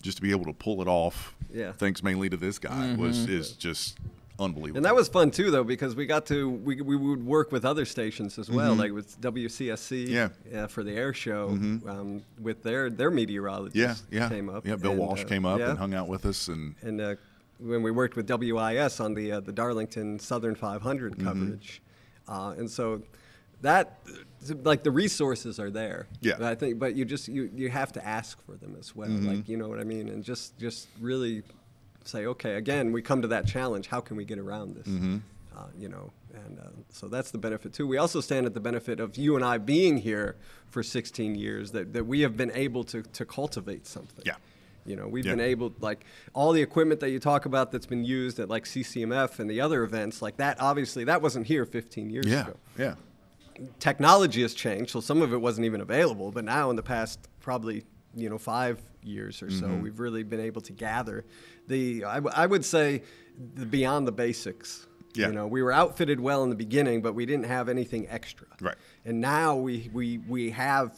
Speaker 2: just to be able to pull it off,
Speaker 3: Yeah. Mm-hmm.
Speaker 2: thanks mainly to this guy, was is just unbelievable.
Speaker 3: And that was fun too, though, because we got to we, we would work with other stations as well, like with WCSC,
Speaker 2: Mm-hmm. Yeah. Mm-hmm.
Speaker 3: uh, for the air show, um, with their their meteorologist,
Speaker 2: yeah, yeah,
Speaker 3: came up,
Speaker 2: yeah. Bill
Speaker 3: and,
Speaker 2: Walsh
Speaker 3: uh,
Speaker 2: came up
Speaker 3: yeah.
Speaker 2: and hung out with us, and
Speaker 3: and uh, when we worked with WIS on the uh, the Darlington Southern 500
Speaker 2: Mm-hmm.
Speaker 3: coverage, uh, and so that like the resources are there.
Speaker 2: Yeah. Mm-hmm.
Speaker 3: But I think, but you just you you have to ask for them as well. Like you know what I mean, and just just really say, okay, again, we come to that challenge. How can we get around this?
Speaker 2: Mm-hmm.
Speaker 3: Uh, you know, and uh, so that's the benefit too. We also stand at the benefit of you and I being here for 16 years. That that we have been able to to cultivate something.
Speaker 2: Yeah.
Speaker 3: You know, we've
Speaker 2: Yeah.
Speaker 3: been able like all the equipment that you talk about that's been used at like CCMF and the other events like that. Obviously, that wasn't here 15 years
Speaker 2: yeah,
Speaker 3: ago.
Speaker 2: yeah,
Speaker 3: Technology has changed, so some of it wasn't even available. But now, in the past probably you know five years or so,
Speaker 2: Mm-hmm.
Speaker 3: we've really been able to gather the I, w- I would say the beyond the basics.
Speaker 2: Yeah.
Speaker 3: You know, we were outfitted well in the beginning, but we didn't have anything extra.
Speaker 2: Right.
Speaker 3: And now we we we have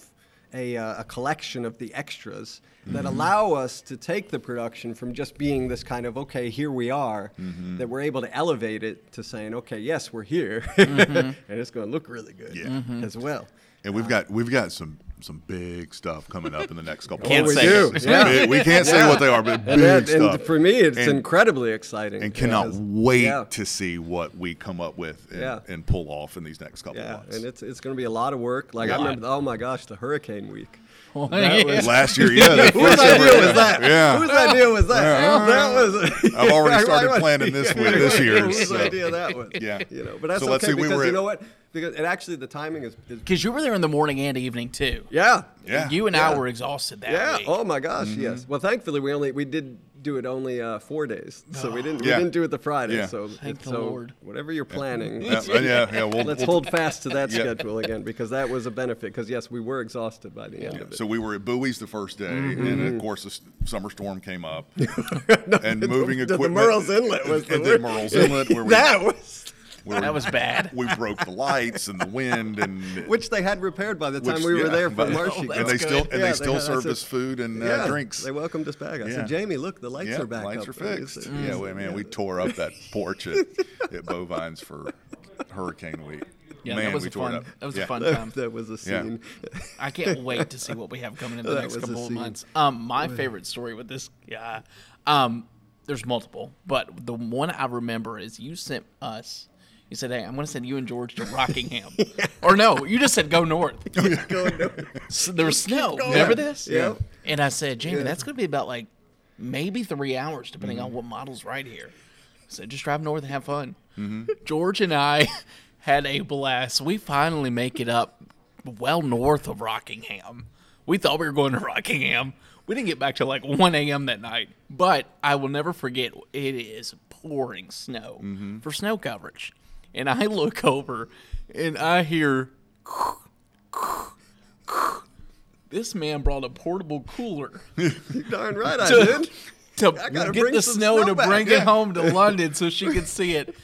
Speaker 3: a, uh, a collection of the extras
Speaker 2: Mm-hmm.
Speaker 3: that allow us to take the production from just being this kind of okay, here we are,
Speaker 2: Mm-hmm.
Speaker 3: that we're able to elevate it to saying okay, yes, we're here, and it's going to look really good
Speaker 2: Yeah.
Speaker 3: as well.
Speaker 2: and we've got we've got some some big stuff coming up in the next couple.
Speaker 1: Can't
Speaker 2: of
Speaker 1: say
Speaker 2: months.
Speaker 1: it.
Speaker 2: Some
Speaker 3: Yeah.
Speaker 2: big- we can't say what they are, but big
Speaker 3: And, that- and
Speaker 2: stuff.
Speaker 3: for me, it's
Speaker 2: And-
Speaker 3: incredibly exciting.
Speaker 2: and cannot
Speaker 3: because-
Speaker 2: wait
Speaker 3: yeah.
Speaker 2: to see what we come up with and,
Speaker 3: Yeah.
Speaker 2: and pull off in these next couple
Speaker 3: Yeah,
Speaker 2: months.
Speaker 3: and it's it's going to be a lot of work. Like I
Speaker 2: Lot.
Speaker 3: remember, oh my gosh, the hurricane week.
Speaker 1: yeah.
Speaker 3: was-
Speaker 2: Last year, yeah, the
Speaker 3: Whose
Speaker 2: first
Speaker 3: idea
Speaker 2: ever-
Speaker 3: was that?
Speaker 2: Yeah,
Speaker 3: Whose idea was that? That was.
Speaker 2: I've already started
Speaker 3: Yeah,
Speaker 2: planning this
Speaker 3: yeah,
Speaker 2: with- this
Speaker 3: yeah,
Speaker 2: year,
Speaker 3: Whose
Speaker 2: so.
Speaker 3: idea that was?
Speaker 2: Yeah.
Speaker 3: You know, but that's
Speaker 2: So let's
Speaker 3: okay
Speaker 2: see, we
Speaker 3: because
Speaker 2: were
Speaker 3: you
Speaker 2: at-
Speaker 3: know what? Because and actually the timing is. is
Speaker 1: Because you were there in the morning and evening too.
Speaker 3: yeah.
Speaker 2: yeah. Mm-hmm.
Speaker 1: You and I
Speaker 3: Yeah.
Speaker 1: were exhausted that
Speaker 3: Yeah.
Speaker 1: week.
Speaker 3: Oh my gosh. Yes. Well, thankfully we only we did do it only uh, four days, so we didn't
Speaker 2: Oh. Yeah.
Speaker 3: we didn't do it the Friday.
Speaker 2: Yeah.
Speaker 3: So
Speaker 1: Thank the
Speaker 3: so
Speaker 1: Lord.
Speaker 3: whatever you're planning,
Speaker 2: yeah, yeah, yeah, we'll-
Speaker 3: let's
Speaker 2: we'll-
Speaker 3: hold fast to that
Speaker 2: Yeah.
Speaker 3: schedule again because that was a benefit. Because yes, we were exhausted by the end of it.
Speaker 2: So we were at Bowie's the first day, and of course the s- summer storm came up, and moving
Speaker 3: Mm-hmm. the, the
Speaker 2: equipment.
Speaker 3: Merle's Inlet was the
Speaker 2: and then Merle's Inlet where we
Speaker 3: that was
Speaker 2: where
Speaker 1: That
Speaker 2: we-
Speaker 1: was bad.
Speaker 2: we broke the lights and the wind and
Speaker 3: which they had repaired by the time
Speaker 2: which-
Speaker 3: we were
Speaker 2: yeah,
Speaker 3: there for
Speaker 2: but-
Speaker 1: Oh,
Speaker 3: Marshy.
Speaker 2: and they still and
Speaker 3: Yeah,
Speaker 2: they still
Speaker 3: had- I
Speaker 2: served
Speaker 3: said-
Speaker 2: us food and uh,
Speaker 3: yeah,
Speaker 2: drinks.
Speaker 3: They welcomed us back. I
Speaker 2: Yeah.
Speaker 3: said, Jamie, look, the lights
Speaker 2: yeah,
Speaker 3: are back
Speaker 2: lights
Speaker 3: up.
Speaker 2: are
Speaker 3: And we
Speaker 2: fixed.
Speaker 3: said,
Speaker 2: Yeah, well, man, we tore up that porch at, at Bovines for Hurricane Week.
Speaker 1: Yeah,
Speaker 2: man,
Speaker 1: that was
Speaker 2: we
Speaker 1: a
Speaker 2: tore
Speaker 1: fun.
Speaker 2: it up.
Speaker 1: That was
Speaker 2: Yeah.
Speaker 1: a fun time.
Speaker 3: That was a
Speaker 2: Um, Yeah.
Speaker 3: scene.
Speaker 1: I can't wait to see what we have coming in the
Speaker 3: That
Speaker 1: next
Speaker 3: was a
Speaker 1: couple of
Speaker 3: scene.
Speaker 1: months. Um, my favorite story with this guy, um, there's multiple, but the one I remember is you sent us. You said, "Hey, I'm going to send you and George to Rockingham," or no, you just said go north.
Speaker 3: Going over-
Speaker 1: S- there was snow. Remember this?
Speaker 3: Yeah.
Speaker 1: And I said, Jamie, that's going to be about like maybe three hours, depending
Speaker 3: Mm-hmm.
Speaker 1: on what model's right here. So just drive north and have fun.
Speaker 3: Mm-hmm.
Speaker 1: George and I had a blast. We finally make it up well north of Rockingham. We thought we were going to Rockingham. We didn't get back till like 1 a.m. that night, but I will never forget it is pouring snow
Speaker 3: Mm-hmm.
Speaker 1: for snow coverage. And I look over and I hear this man brought a portable cooler
Speaker 3: You darn right I
Speaker 1: to,
Speaker 3: did.
Speaker 1: to
Speaker 3: gotta
Speaker 1: get
Speaker 3: bring
Speaker 1: the
Speaker 3: some
Speaker 1: snow,
Speaker 3: snow
Speaker 1: to
Speaker 3: back,
Speaker 1: bring it
Speaker 3: yeah.
Speaker 1: home to London so she could see it.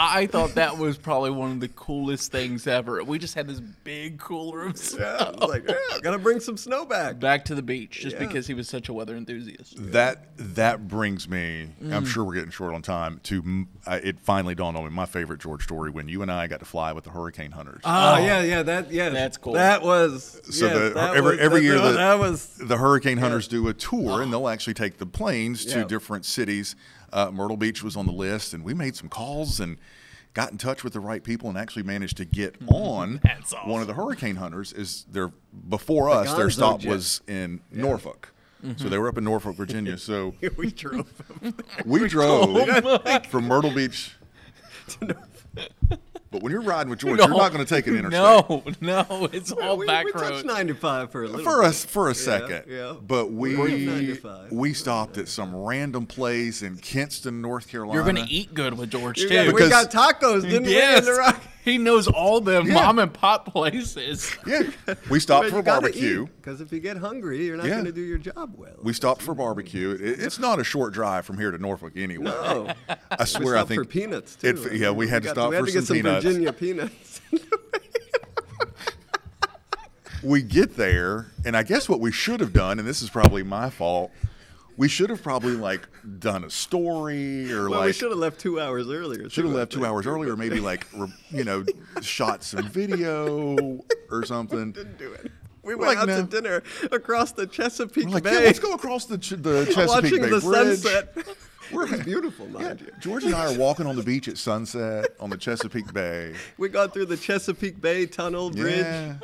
Speaker 1: I thought that was probably one of the coolest things ever. We just had this big cooler of snow.
Speaker 3: Yeah, I was like, yeah, gotta bring some snow back.
Speaker 1: Back to the beach just
Speaker 3: Yeah.
Speaker 1: because he was such a weather enthusiast.
Speaker 2: That that brings me.
Speaker 3: Mm.
Speaker 2: I'm sure we're getting short on time. To m- uh, it finally dawned on me. My favorite George story when you and I got to fly with the hurricane hunters.
Speaker 3: Oh, yeah, yeah, that yeah,
Speaker 1: That's cool.
Speaker 3: That was
Speaker 2: so
Speaker 3: yes,
Speaker 2: the,
Speaker 3: that
Speaker 2: every
Speaker 3: was-
Speaker 2: every
Speaker 3: that-
Speaker 2: year
Speaker 3: that,
Speaker 2: the,
Speaker 3: that was
Speaker 2: the hurricane hunters do a tour and they'll actually take the planes to
Speaker 3: Yeah.
Speaker 2: different cities. Uh, Myrtle Beach was on the list, and we made some calls and got in touch with the right people and actually managed to get on
Speaker 1: That's
Speaker 2: one of the hurricane hunters. Is their before us their
Speaker 3: Gonzo
Speaker 2: stop
Speaker 3: jet. Mm-hmm.
Speaker 2: was in Norfolk, so they were up in Norfolk, Virginia. So
Speaker 3: we drove
Speaker 2: we drove from Myrtle Beach. But when you're riding with George, you're not going to take an interstate.
Speaker 1: No, no, it's all
Speaker 3: we,
Speaker 1: back
Speaker 3: we
Speaker 1: roads.
Speaker 3: touched 95 for a little
Speaker 2: for
Speaker 3: bit.
Speaker 2: a for a second.
Speaker 3: yeah.
Speaker 2: But
Speaker 3: We're at
Speaker 2: we
Speaker 3: 95.
Speaker 2: we stopped at some random place in Kinston, North Carolina.
Speaker 1: You're going to eat good with George,
Speaker 3: We
Speaker 1: too.
Speaker 3: got- we
Speaker 2: Because-
Speaker 3: got tacos, didn't
Speaker 1: yes,
Speaker 3: we? In the rock.
Speaker 1: he knows all the
Speaker 2: Yeah.
Speaker 1: mom and pop places.
Speaker 2: Yeah. We stopped for barbecue.
Speaker 3: Because if you get hungry, you're not
Speaker 2: Yeah.
Speaker 3: going to do your job well.
Speaker 2: We stopped for barbecue. It, it's not a short drive from here to Norfolk anyway.
Speaker 3: no.
Speaker 2: I
Speaker 3: Oh. We
Speaker 2: swear, I
Speaker 3: stopped
Speaker 2: think
Speaker 3: for peanuts too.
Speaker 2: it- yeah, we had to
Speaker 3: got-
Speaker 2: stop
Speaker 3: we had
Speaker 2: for
Speaker 3: to get
Speaker 2: some peanuts.
Speaker 3: Virginia peanuts.
Speaker 2: we get there, and I guess what we should have done, and this is probably my fault, we should have probably like done a story or
Speaker 3: well, we
Speaker 2: like
Speaker 3: should have left two hours earlier.
Speaker 2: Should have
Speaker 3: too, I
Speaker 2: left two
Speaker 3: think.
Speaker 2: hours earlier, maybe like re- you know, shot some video or something.
Speaker 3: Didn't do it. We
Speaker 2: We're
Speaker 3: went
Speaker 2: like,
Speaker 3: out
Speaker 2: no.
Speaker 3: to dinner across the Chesapeake
Speaker 2: We're like,
Speaker 3: Bay.
Speaker 2: yeah, let's go across the ch- the Chesapeake
Speaker 3: watching
Speaker 2: Bay
Speaker 3: the
Speaker 2: Bridge.
Speaker 3: sunset.
Speaker 2: We're-
Speaker 3: It's beautiful,
Speaker 2: Yeah,
Speaker 3: mind you.
Speaker 2: George and I are walking on the beach at sunset on the Chesapeake Bay.
Speaker 3: We got through the Chesapeake Bay Tunnel Bridge
Speaker 2: Yeah,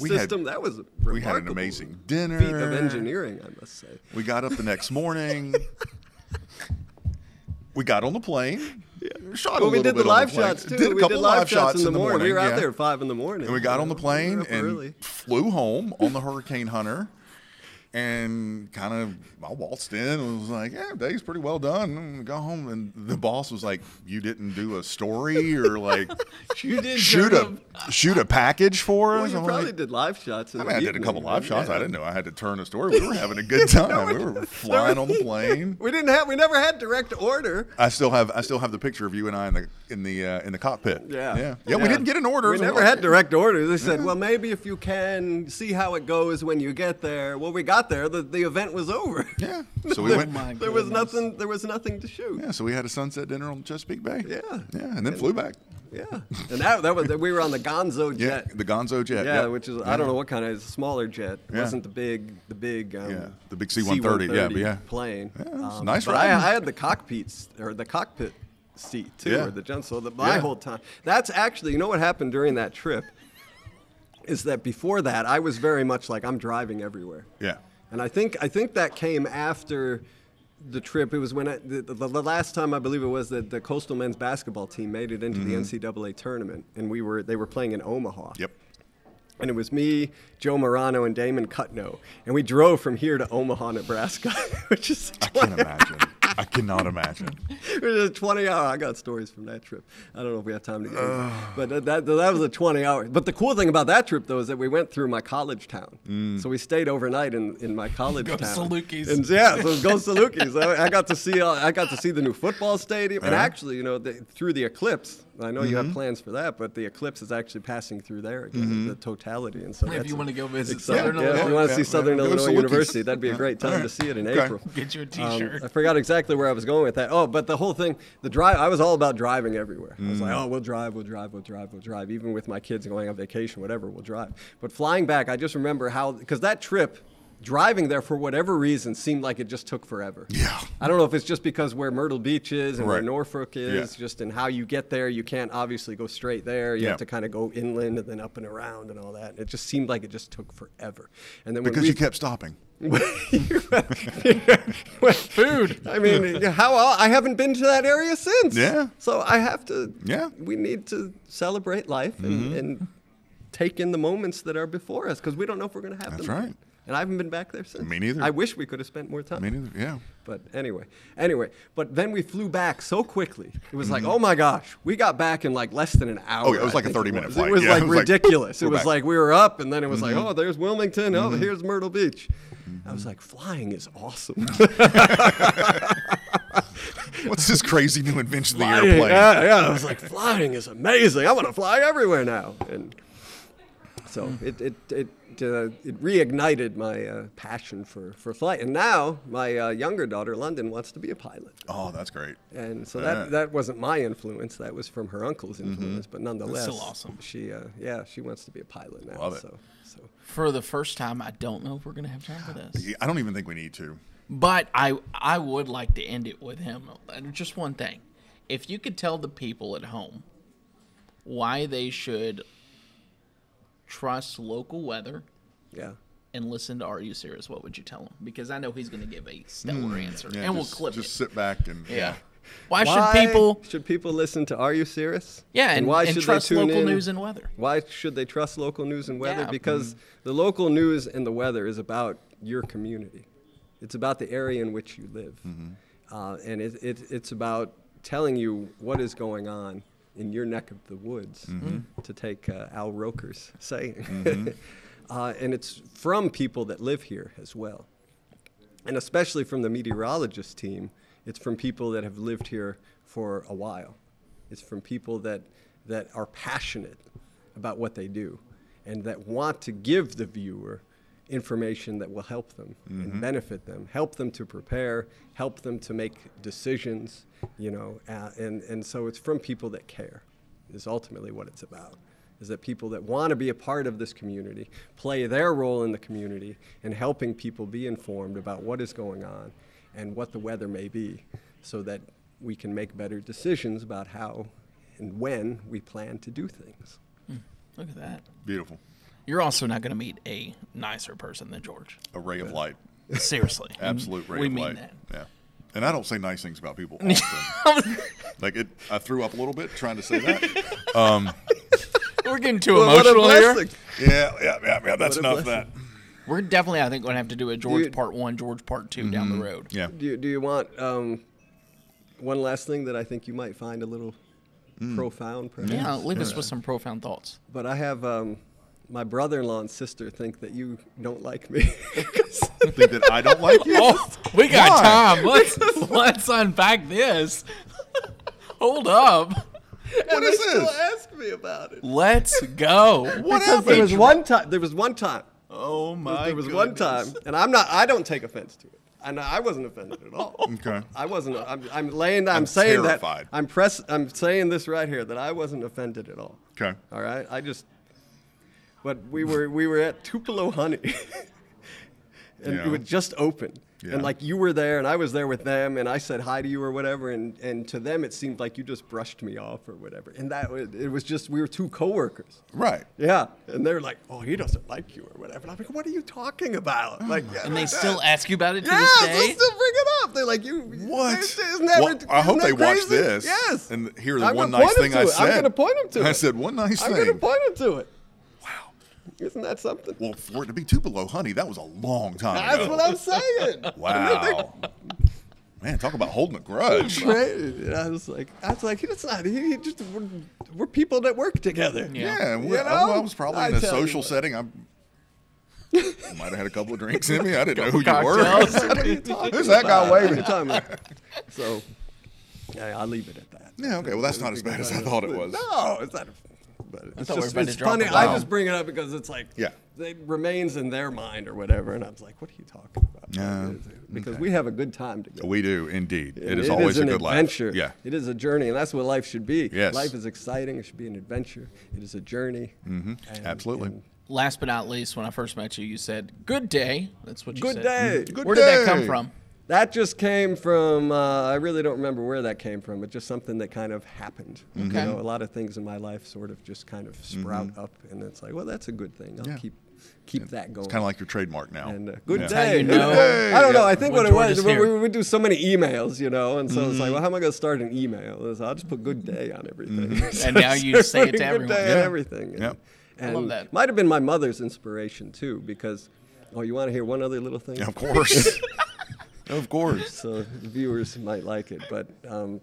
Speaker 2: we
Speaker 3: system.
Speaker 2: Had,
Speaker 3: that was a
Speaker 2: we had an
Speaker 3: remarkable
Speaker 2: amazing dinner.
Speaker 3: feat of engineering, I must say.
Speaker 2: We got up the next morning. we got on the plane. Shot a
Speaker 3: Well, we
Speaker 2: little
Speaker 3: did the
Speaker 2: bit on
Speaker 3: live
Speaker 2: plane.
Speaker 3: shots too.
Speaker 2: Did a
Speaker 3: we
Speaker 2: couple
Speaker 3: did live, shots, in the,
Speaker 2: morning.
Speaker 3: We were out
Speaker 2: yeah.
Speaker 3: there at five in the morning.
Speaker 2: And we got on the
Speaker 3: We were
Speaker 2: plane
Speaker 3: up
Speaker 2: and
Speaker 3: early.
Speaker 2: flew home on the Hurricane Hunter. And kind of, I waltzed in and was like, "Yeah, day's pretty well done." And go home, and the boss was like, "You didn't do a story or like
Speaker 1: You did
Speaker 2: shoot
Speaker 1: turn
Speaker 2: a
Speaker 1: up-
Speaker 2: shoot a package for
Speaker 3: Well,
Speaker 2: us."
Speaker 3: you
Speaker 2: I'm
Speaker 3: probably
Speaker 2: like,
Speaker 3: did live shots. In
Speaker 2: I
Speaker 3: the
Speaker 2: mean, I did a
Speaker 3: evening,
Speaker 2: couple live
Speaker 3: right?
Speaker 2: shots. I
Speaker 3: Yeah.
Speaker 2: didn't know I had to turn a story. We were having a good time. we were flying on the plane.
Speaker 3: We didn't have. We never had direct order.
Speaker 2: I still have I still have the picture of you and I in the in the uh, in the cockpit.
Speaker 3: Yeah.
Speaker 2: yeah, yeah. We
Speaker 3: Yeah.
Speaker 2: didn't get an order.
Speaker 3: We
Speaker 2: So we're
Speaker 3: never
Speaker 2: like,
Speaker 3: had direct orders. They said, "Well, maybe if you can see how it goes when you get there." Well, we got there. The, the event was over.
Speaker 2: Yeah, so
Speaker 3: Oh
Speaker 2: we went.
Speaker 1: my
Speaker 3: There was
Speaker 1: goodness.
Speaker 3: nothing. There was nothing to shoot.
Speaker 2: Yeah, so we had a sunset dinner on Chesapeake Bay.
Speaker 3: Yeah.
Speaker 2: Yeah, and then flew back.
Speaker 3: Yeah, and that, that was we were on the Gonzo
Speaker 2: Yeah,
Speaker 3: jet.
Speaker 2: the Gonzo jet.
Speaker 3: Yeah,
Speaker 2: yep.
Speaker 3: which is I don't know what kind of it's a smaller jet. It
Speaker 2: Yeah.
Speaker 3: wasn't the big the big um,
Speaker 2: Yeah, the big C-130, yeah, but yeah.
Speaker 3: plane. Um,
Speaker 2: Yeah, it's nice
Speaker 3: but I,
Speaker 2: riding.
Speaker 3: I had the cockpit or the cockpit seat too,
Speaker 2: Yeah.
Speaker 3: or the gen- so the, my
Speaker 2: Yeah.
Speaker 3: whole time. That's actually you know what happened during that trip is that before that I was very much like I'm driving everywhere.
Speaker 2: Yeah.
Speaker 3: And I think I think that came after the trip. It was when I, the, the, the last time I believe it was that the Coastal men's basketball team made it into
Speaker 2: Mm-hmm.
Speaker 3: the NCAA tournament, and we were they were playing in Omaha.
Speaker 2: Yep.
Speaker 3: And it was me, Joe Morano, and Damon Cutno, and we drove from here to Omaha, Nebraska, which is
Speaker 2: I can't imagine. I cannot imagine.
Speaker 3: it was a 20 hour. I got stories from that trip. I don't know if we have time to get into it. But that, that, that was a 20 hour. But the cool thing about that trip, though, is that we went through my college town. So we stayed overnight in, in my college
Speaker 1: Mm. Go
Speaker 3: town.
Speaker 1: Salukis.
Speaker 3: And yeah, so go Salukis. I, I got to see all, I got to see the new football stadium.
Speaker 1: Uh-huh.
Speaker 3: And actually, you know, the, through the eclipse, I know
Speaker 1: Mm-hmm.
Speaker 3: you have plans for that, but the eclipse is actually passing through there again, the totality. And so
Speaker 1: If
Speaker 3: that's
Speaker 1: you
Speaker 3: a-
Speaker 1: wanna go visit
Speaker 3: exciting.
Speaker 1: Southern
Speaker 3: yeah, If
Speaker 1: Illinois.
Speaker 3: you want to
Speaker 2: Yeah,
Speaker 3: see
Speaker 2: yeah.
Speaker 3: Southern
Speaker 2: Go
Speaker 3: Illinois
Speaker 2: Salukis.
Speaker 3: University, that'd be a great time to see it in
Speaker 2: Okay.
Speaker 3: April.
Speaker 1: Get you a t
Speaker 3: Um,
Speaker 1: shirt.
Speaker 3: I forgot exactly where I was going with that. Oh, but the whole thing, the drive, I was all about driving everywhere. I was like, oh, we'll drive, we'll drive, we'll drive, we'll drive. Even with my kids going on vacation, whatever, we'll drive. But flying back, I just remember how, because that trip, driving there for whatever reason seemed like it just took forever.
Speaker 2: Yeah.
Speaker 3: I don't know if it's just because where Myrtle Beach is and where
Speaker 2: Right.
Speaker 3: Norfolk is,
Speaker 2: Yeah.
Speaker 3: just in how you get there. You can't obviously go straight there. You
Speaker 2: Yeah.
Speaker 3: have to kind of go inland and then up and around and all that. And it just seemed like it just took forever. And then when
Speaker 2: Because
Speaker 3: we,
Speaker 2: you kept stopping.
Speaker 1: Food.
Speaker 3: I mean, how I haven't been to that area since.
Speaker 2: Yeah.
Speaker 3: So I have to.
Speaker 2: Yeah. Mm-hmm.
Speaker 3: We need to celebrate life and, and take in the moments that are before us because we don't know if we're going to have
Speaker 2: That's
Speaker 3: them.
Speaker 2: right.
Speaker 3: And I haven't been back there since.
Speaker 2: Me neither.
Speaker 3: I wish we could have spent more time.
Speaker 2: Me neither. Yeah.
Speaker 3: But anyway, anyway, but then we flew back so quickly. It was like, oh my gosh, we got back in like less than an hour.
Speaker 2: Mm-hmm. Oh, yeah, it was
Speaker 3: I
Speaker 2: like a
Speaker 3: think
Speaker 2: 30-minute
Speaker 3: was.
Speaker 2: flight.
Speaker 3: It was
Speaker 2: Yeah,
Speaker 3: like
Speaker 2: it was like,
Speaker 3: ridiculous.
Speaker 2: we're
Speaker 3: it was
Speaker 2: back. Mm-hmm.
Speaker 3: like we were up, and then it was like, oh, there's Wilmington. Oh, here's Myrtle Beach. I was like, flying is awesome.
Speaker 2: What's this crazy new invention of the
Speaker 3: Flying,
Speaker 2: airplane?
Speaker 3: Yeah, yeah. I was like, flying is amazing. I want to fly everywhere now. And so
Speaker 2: Mm.
Speaker 3: it it it uh, it reignited my uh, passion for for flight. And now my uh, younger daughter, London, wants to be a pilot.
Speaker 2: Oh, that's great.
Speaker 3: And so
Speaker 2: Yeah.
Speaker 3: that that wasn't my influence. That was from her uncle's influence. But nonetheless,
Speaker 1: still awesome.
Speaker 3: She uh, yeah, she wants to be a pilot now.
Speaker 2: Love it.
Speaker 3: So so
Speaker 1: For the first time, I don't know if we're gonna have time for this.
Speaker 2: Yeah, I don't even think we need to.
Speaker 1: But I I would like to end it with him. And Just one thing. If you could tell the people at home why they should trust local weather
Speaker 3: yeah.
Speaker 1: and listen to Are You Serious, what would you tell them? Because I know he's going to give a stellar
Speaker 3: Hmm.
Speaker 1: answer.
Speaker 2: Yeah,
Speaker 1: and we'll
Speaker 2: just-
Speaker 1: clip
Speaker 2: Just
Speaker 1: it.
Speaker 2: sit back and
Speaker 1: Yeah. Why,
Speaker 3: Why
Speaker 1: should people.
Speaker 3: should people listen to Are You Serious?
Speaker 1: Yeah, and,
Speaker 3: why
Speaker 1: and
Speaker 3: should
Speaker 1: trust
Speaker 3: they tune
Speaker 1: local
Speaker 3: in?
Speaker 1: news and weather.
Speaker 3: Why should they trust local news and weather?
Speaker 1: Yeah. Mm-hmm.
Speaker 3: Because the local news and the weather is about your community. It's about the area in which you live. Uh, and it, it, it's about telling you what is going on in your neck of the woods,
Speaker 1: Mm-hmm.
Speaker 3: to take uh, Al Roker's saying. uh, and it's from people that live here as well and especially from the meteorologist team, it's from people that have lived here for a while. It's from people that that are passionate about what they do and that want to give the viewer information that will help them and benefit them, help them to prepare, help them to make decisions, you know, uh, and, and so it's from people that care is ultimately what it's about. Is that people that want to be a part of this community play their role in the community in helping people be informed about what is going on and what the weather may be so that we can make better decisions about how and when we plan to do things.
Speaker 1: Look at that.
Speaker 2: beautiful.
Speaker 1: You're also not going to meet a nicer person than George.
Speaker 2: A ray of light.
Speaker 1: Seriously.
Speaker 2: Absolute ray
Speaker 1: We
Speaker 2: of
Speaker 1: mean
Speaker 2: light.
Speaker 1: that.
Speaker 2: Yeah. And I don't say nice things about people often. like it I threw up a little bit trying to say that.
Speaker 1: We're getting too
Speaker 3: But what a
Speaker 1: emotional here.
Speaker 3: blessing.
Speaker 2: Yeah, yeah, yeah, yeah. That's
Speaker 3: a
Speaker 2: enough of that.
Speaker 3: blessing.
Speaker 1: We're definitely, I think, going to have to do a George
Speaker 3: Dude.
Speaker 1: part one, George part 2 down the road.
Speaker 2: Yeah.
Speaker 3: Do you, do you want um, one last thing that I think you might find a little
Speaker 1: Mm.
Speaker 3: profound, perhaps?
Speaker 1: Yeah, leave us with some profound thoughts.
Speaker 3: But I have um, my brother-in-law and sister think that you don't like me.
Speaker 2: Think that I don't like you.
Speaker 1: Oh, we got
Speaker 2: Why?
Speaker 1: time. Let's let's unpack this. Hold up.
Speaker 2: What
Speaker 3: they
Speaker 2: is
Speaker 3: still
Speaker 2: this?
Speaker 3: ask me about it.
Speaker 1: Let's go.
Speaker 2: What
Speaker 3: Because there was
Speaker 2: happened?
Speaker 3: one time. There was one time.
Speaker 1: Oh my!
Speaker 3: There was one time, and I'm not. I don't take offense to it. And I wasn't offended at all.
Speaker 2: Okay.
Speaker 3: I wasn't. I'm, I'm laying. I'm,
Speaker 2: I'm
Speaker 3: saying
Speaker 2: terrified.
Speaker 3: that. I'm press. I'm saying this right here that I wasn't offended at all.
Speaker 2: Okay.
Speaker 3: All right. I just. But we were we were at Tupelo Honey, and
Speaker 2: Yeah.
Speaker 3: it was just open.
Speaker 2: Yeah.
Speaker 3: And like you were there, and I was there with them, and I said hi to you or whatever, and, and to them it seemed like you just brushed me off or whatever, and that was, it was just we were two coworkers.
Speaker 2: Right.
Speaker 3: Yeah, and they're like, "Oh, he doesn't like you or whatever." And I'm like, "What are you talking about?" Like,
Speaker 1: Oh. And they still ask you about it to
Speaker 3: yes,
Speaker 1: this day.
Speaker 3: they still bring it up. They're like, "You
Speaker 2: What?
Speaker 3: Isn't that,
Speaker 2: Well,
Speaker 3: rid-
Speaker 2: I hope
Speaker 3: isn't
Speaker 2: they
Speaker 3: that
Speaker 2: watch
Speaker 3: crazy?
Speaker 2: this.
Speaker 3: Yes,
Speaker 2: And hear the
Speaker 3: I'm
Speaker 2: one
Speaker 3: gonna
Speaker 2: nice
Speaker 3: point
Speaker 2: thing
Speaker 3: 'em
Speaker 2: I
Speaker 3: to it.
Speaker 2: said.
Speaker 3: I'm gonna point him to
Speaker 2: I
Speaker 3: it.
Speaker 2: said one nice
Speaker 3: I'm
Speaker 2: thing.
Speaker 3: gonna point him to it. Wow, isn't that something?
Speaker 2: Well, for it to be Tupelo honey, that was a long time
Speaker 3: That's
Speaker 2: ago.
Speaker 3: what I'm saying.
Speaker 2: wow. Man, talk about holding a grudge.
Speaker 3: Right? And I was like, I was like, it's not. He, he just we're, we're people that work together.
Speaker 1: Yeah.
Speaker 2: Yeah, we
Speaker 3: You
Speaker 2: I, I
Speaker 3: know?
Speaker 2: was probably
Speaker 3: I
Speaker 2: in a
Speaker 3: tell you
Speaker 2: social
Speaker 3: what.
Speaker 2: setting. I might have had a couple of drinks in me. I didn't know who you were.
Speaker 1: Cocktails.
Speaker 3: What are you talking
Speaker 2: Who's that guy
Speaker 3: about? What are you
Speaker 2: waving?
Speaker 3: talking about? So, yeah, I'll leave it at that.
Speaker 2: Yeah, okay. Well, that's not as bad as I thought it was.
Speaker 3: No, it's not. But it's
Speaker 1: thought we were
Speaker 3: just
Speaker 1: about to
Speaker 3: it's
Speaker 1: drop
Speaker 3: funny.
Speaker 1: a
Speaker 3: I
Speaker 1: bomb.
Speaker 3: just bring it up because it's like
Speaker 2: Yeah.
Speaker 3: it remains in their mind or whatever, and I was like, "What are you talking about?"
Speaker 2: Yeah,
Speaker 3: because we have a good time together.
Speaker 2: We do indeed. It
Speaker 3: And
Speaker 2: is always
Speaker 3: an
Speaker 2: a good
Speaker 3: adventure.
Speaker 2: laugh. Yeah.
Speaker 3: it is a journey, and that's what life should be.
Speaker 2: Yes.
Speaker 3: life is exciting. It should be an adventure. It is a journey. Mm-hmm.
Speaker 2: Absolutely.
Speaker 1: Last but not least, when I first met you, you said "Good day." That's what you said.
Speaker 3: Good day.
Speaker 2: Mm-hmm. Good
Speaker 1: Where did that
Speaker 2: day.
Speaker 1: come from?
Speaker 3: That just came from, uh, I really don't remember where that came from, but just something that kind of happened.
Speaker 1: Okay.
Speaker 2: Mm-hmm.
Speaker 3: You know, a lot of things in my life sort of just kind of sprout up, and it's like, well, that's a good thing. I'll
Speaker 2: Yeah.
Speaker 3: keep keep that going.
Speaker 2: It's kind of like your trademark now.
Speaker 3: and uh, good
Speaker 2: Yeah.
Speaker 1: how
Speaker 3: day.
Speaker 1: you
Speaker 3: good
Speaker 1: know
Speaker 3: day. I don't know. I think
Speaker 1: when
Speaker 3: what it
Speaker 1: George
Speaker 3: was,
Speaker 1: is
Speaker 3: we,
Speaker 1: here.
Speaker 3: we would do so many emails, you know, and so it's
Speaker 2: Mm-hmm.
Speaker 3: like, well, how am I going to start an email? And so I'll just put good day on everything. So
Speaker 2: Mm-hmm.
Speaker 1: And now
Speaker 3: I
Speaker 1: you just say
Speaker 3: started
Speaker 1: it to
Speaker 3: putting good
Speaker 1: everyone.
Speaker 3: day on
Speaker 2: Yeah.
Speaker 3: everything. And,
Speaker 2: Yeah.
Speaker 1: I
Speaker 3: and
Speaker 1: love that.
Speaker 3: Might have been my mother's inspiration too, because, oh, you want to hear one other little thing?
Speaker 2: Yeah, of course. of course.
Speaker 3: so the viewers might like it. But um,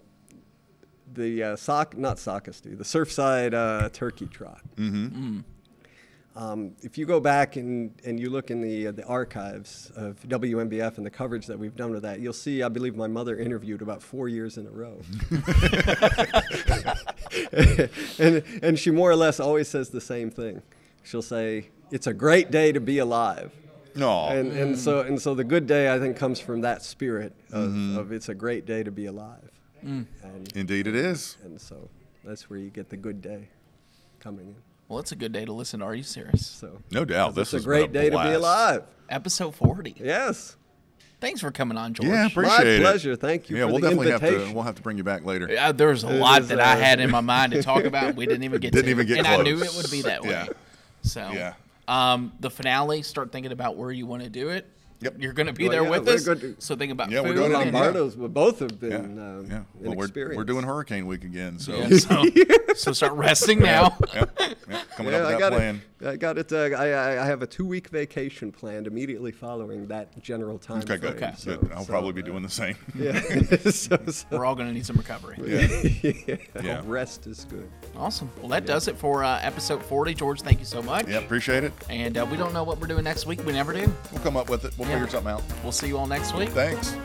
Speaker 3: the uh, sock, not sockesty, the Surfside uh, Turkey Trot. Mm-hmm. Um, if you go back and, and you look in the uh, the archives of WMBF and the coverage that we've done with that, you'll see. I believe my mother interviewed about four years in a row, and and she more or less always says the same thing. She'll say, "It's a great day to be alive."
Speaker 2: No.
Speaker 3: and and so and so the good day I think comes from that spirit of,
Speaker 2: Mm-hmm.
Speaker 3: of it's a great day to be alive, and
Speaker 2: Indeed, it is.
Speaker 3: and so that's where you get the good day coming in.
Speaker 1: Well, it's a good day to listen. to Are you serious?
Speaker 3: So
Speaker 2: No doubt. This
Speaker 3: it's a
Speaker 2: is
Speaker 3: great day to be alive.
Speaker 1: Episode forty.
Speaker 3: Yes,
Speaker 1: Thanks for coming on, George.
Speaker 2: Yeah, appreciate it.
Speaker 3: my pleasure. Thank you.
Speaker 2: Yeah,
Speaker 3: for
Speaker 2: we'll
Speaker 3: the
Speaker 2: definitely
Speaker 3: invitation.
Speaker 2: have to. We'll have to bring you back later.
Speaker 1: Uh, there was a lot
Speaker 3: is,
Speaker 1: that I
Speaker 3: uh,
Speaker 1: had in my mind to talk about. We didn't even get
Speaker 2: Didn't
Speaker 1: to,
Speaker 2: even get
Speaker 1: and I
Speaker 2: close.
Speaker 1: knew it would be that way.
Speaker 2: Yeah.
Speaker 1: So,
Speaker 2: Yeah.
Speaker 1: um, the finale. Start thinking about where you want to do it.
Speaker 2: Yep.
Speaker 1: You're going to be
Speaker 3: Well,
Speaker 1: there
Speaker 3: yeah,
Speaker 1: with
Speaker 3: we're
Speaker 1: us.
Speaker 3: good.
Speaker 1: So think about
Speaker 2: Yeah, we're
Speaker 1: food.
Speaker 2: doing it
Speaker 1: and-
Speaker 2: in March.
Speaker 3: Lombardo's. Well, both have
Speaker 2: Yeah.
Speaker 3: been um,
Speaker 2: yeah.
Speaker 3: an
Speaker 2: Well, we're,
Speaker 3: experience.
Speaker 2: we're doing Hurricane Week again, so.
Speaker 1: Yeah, so, so start resting now.
Speaker 2: yeah, yeah, coming
Speaker 3: Yeah,
Speaker 2: up
Speaker 3: I
Speaker 2: with
Speaker 3: got
Speaker 2: that plan.
Speaker 3: it. I got it. Uh, I, I- I have a two-week vacation planned immediately following that general time
Speaker 2: Okay,
Speaker 3: frame.
Speaker 2: good.
Speaker 1: Okay.
Speaker 3: So-
Speaker 2: good. I'll
Speaker 3: so,
Speaker 2: probably be
Speaker 3: uh,
Speaker 2: doing the same.
Speaker 3: Yeah. so, so-
Speaker 1: We're all going to need some recovery.
Speaker 2: Yeah.
Speaker 3: Rest is good.
Speaker 1: Awesome. Well, that does it for uh, episode 40. George, thank you so much.
Speaker 2: yeah, appreciate it.
Speaker 1: And uh, we don't know what we're doing next week. We never do.
Speaker 2: We'll come up with it. We'll
Speaker 1: Yeah.
Speaker 2: figure something out.
Speaker 1: We'll see you all next week.
Speaker 2: Thanks.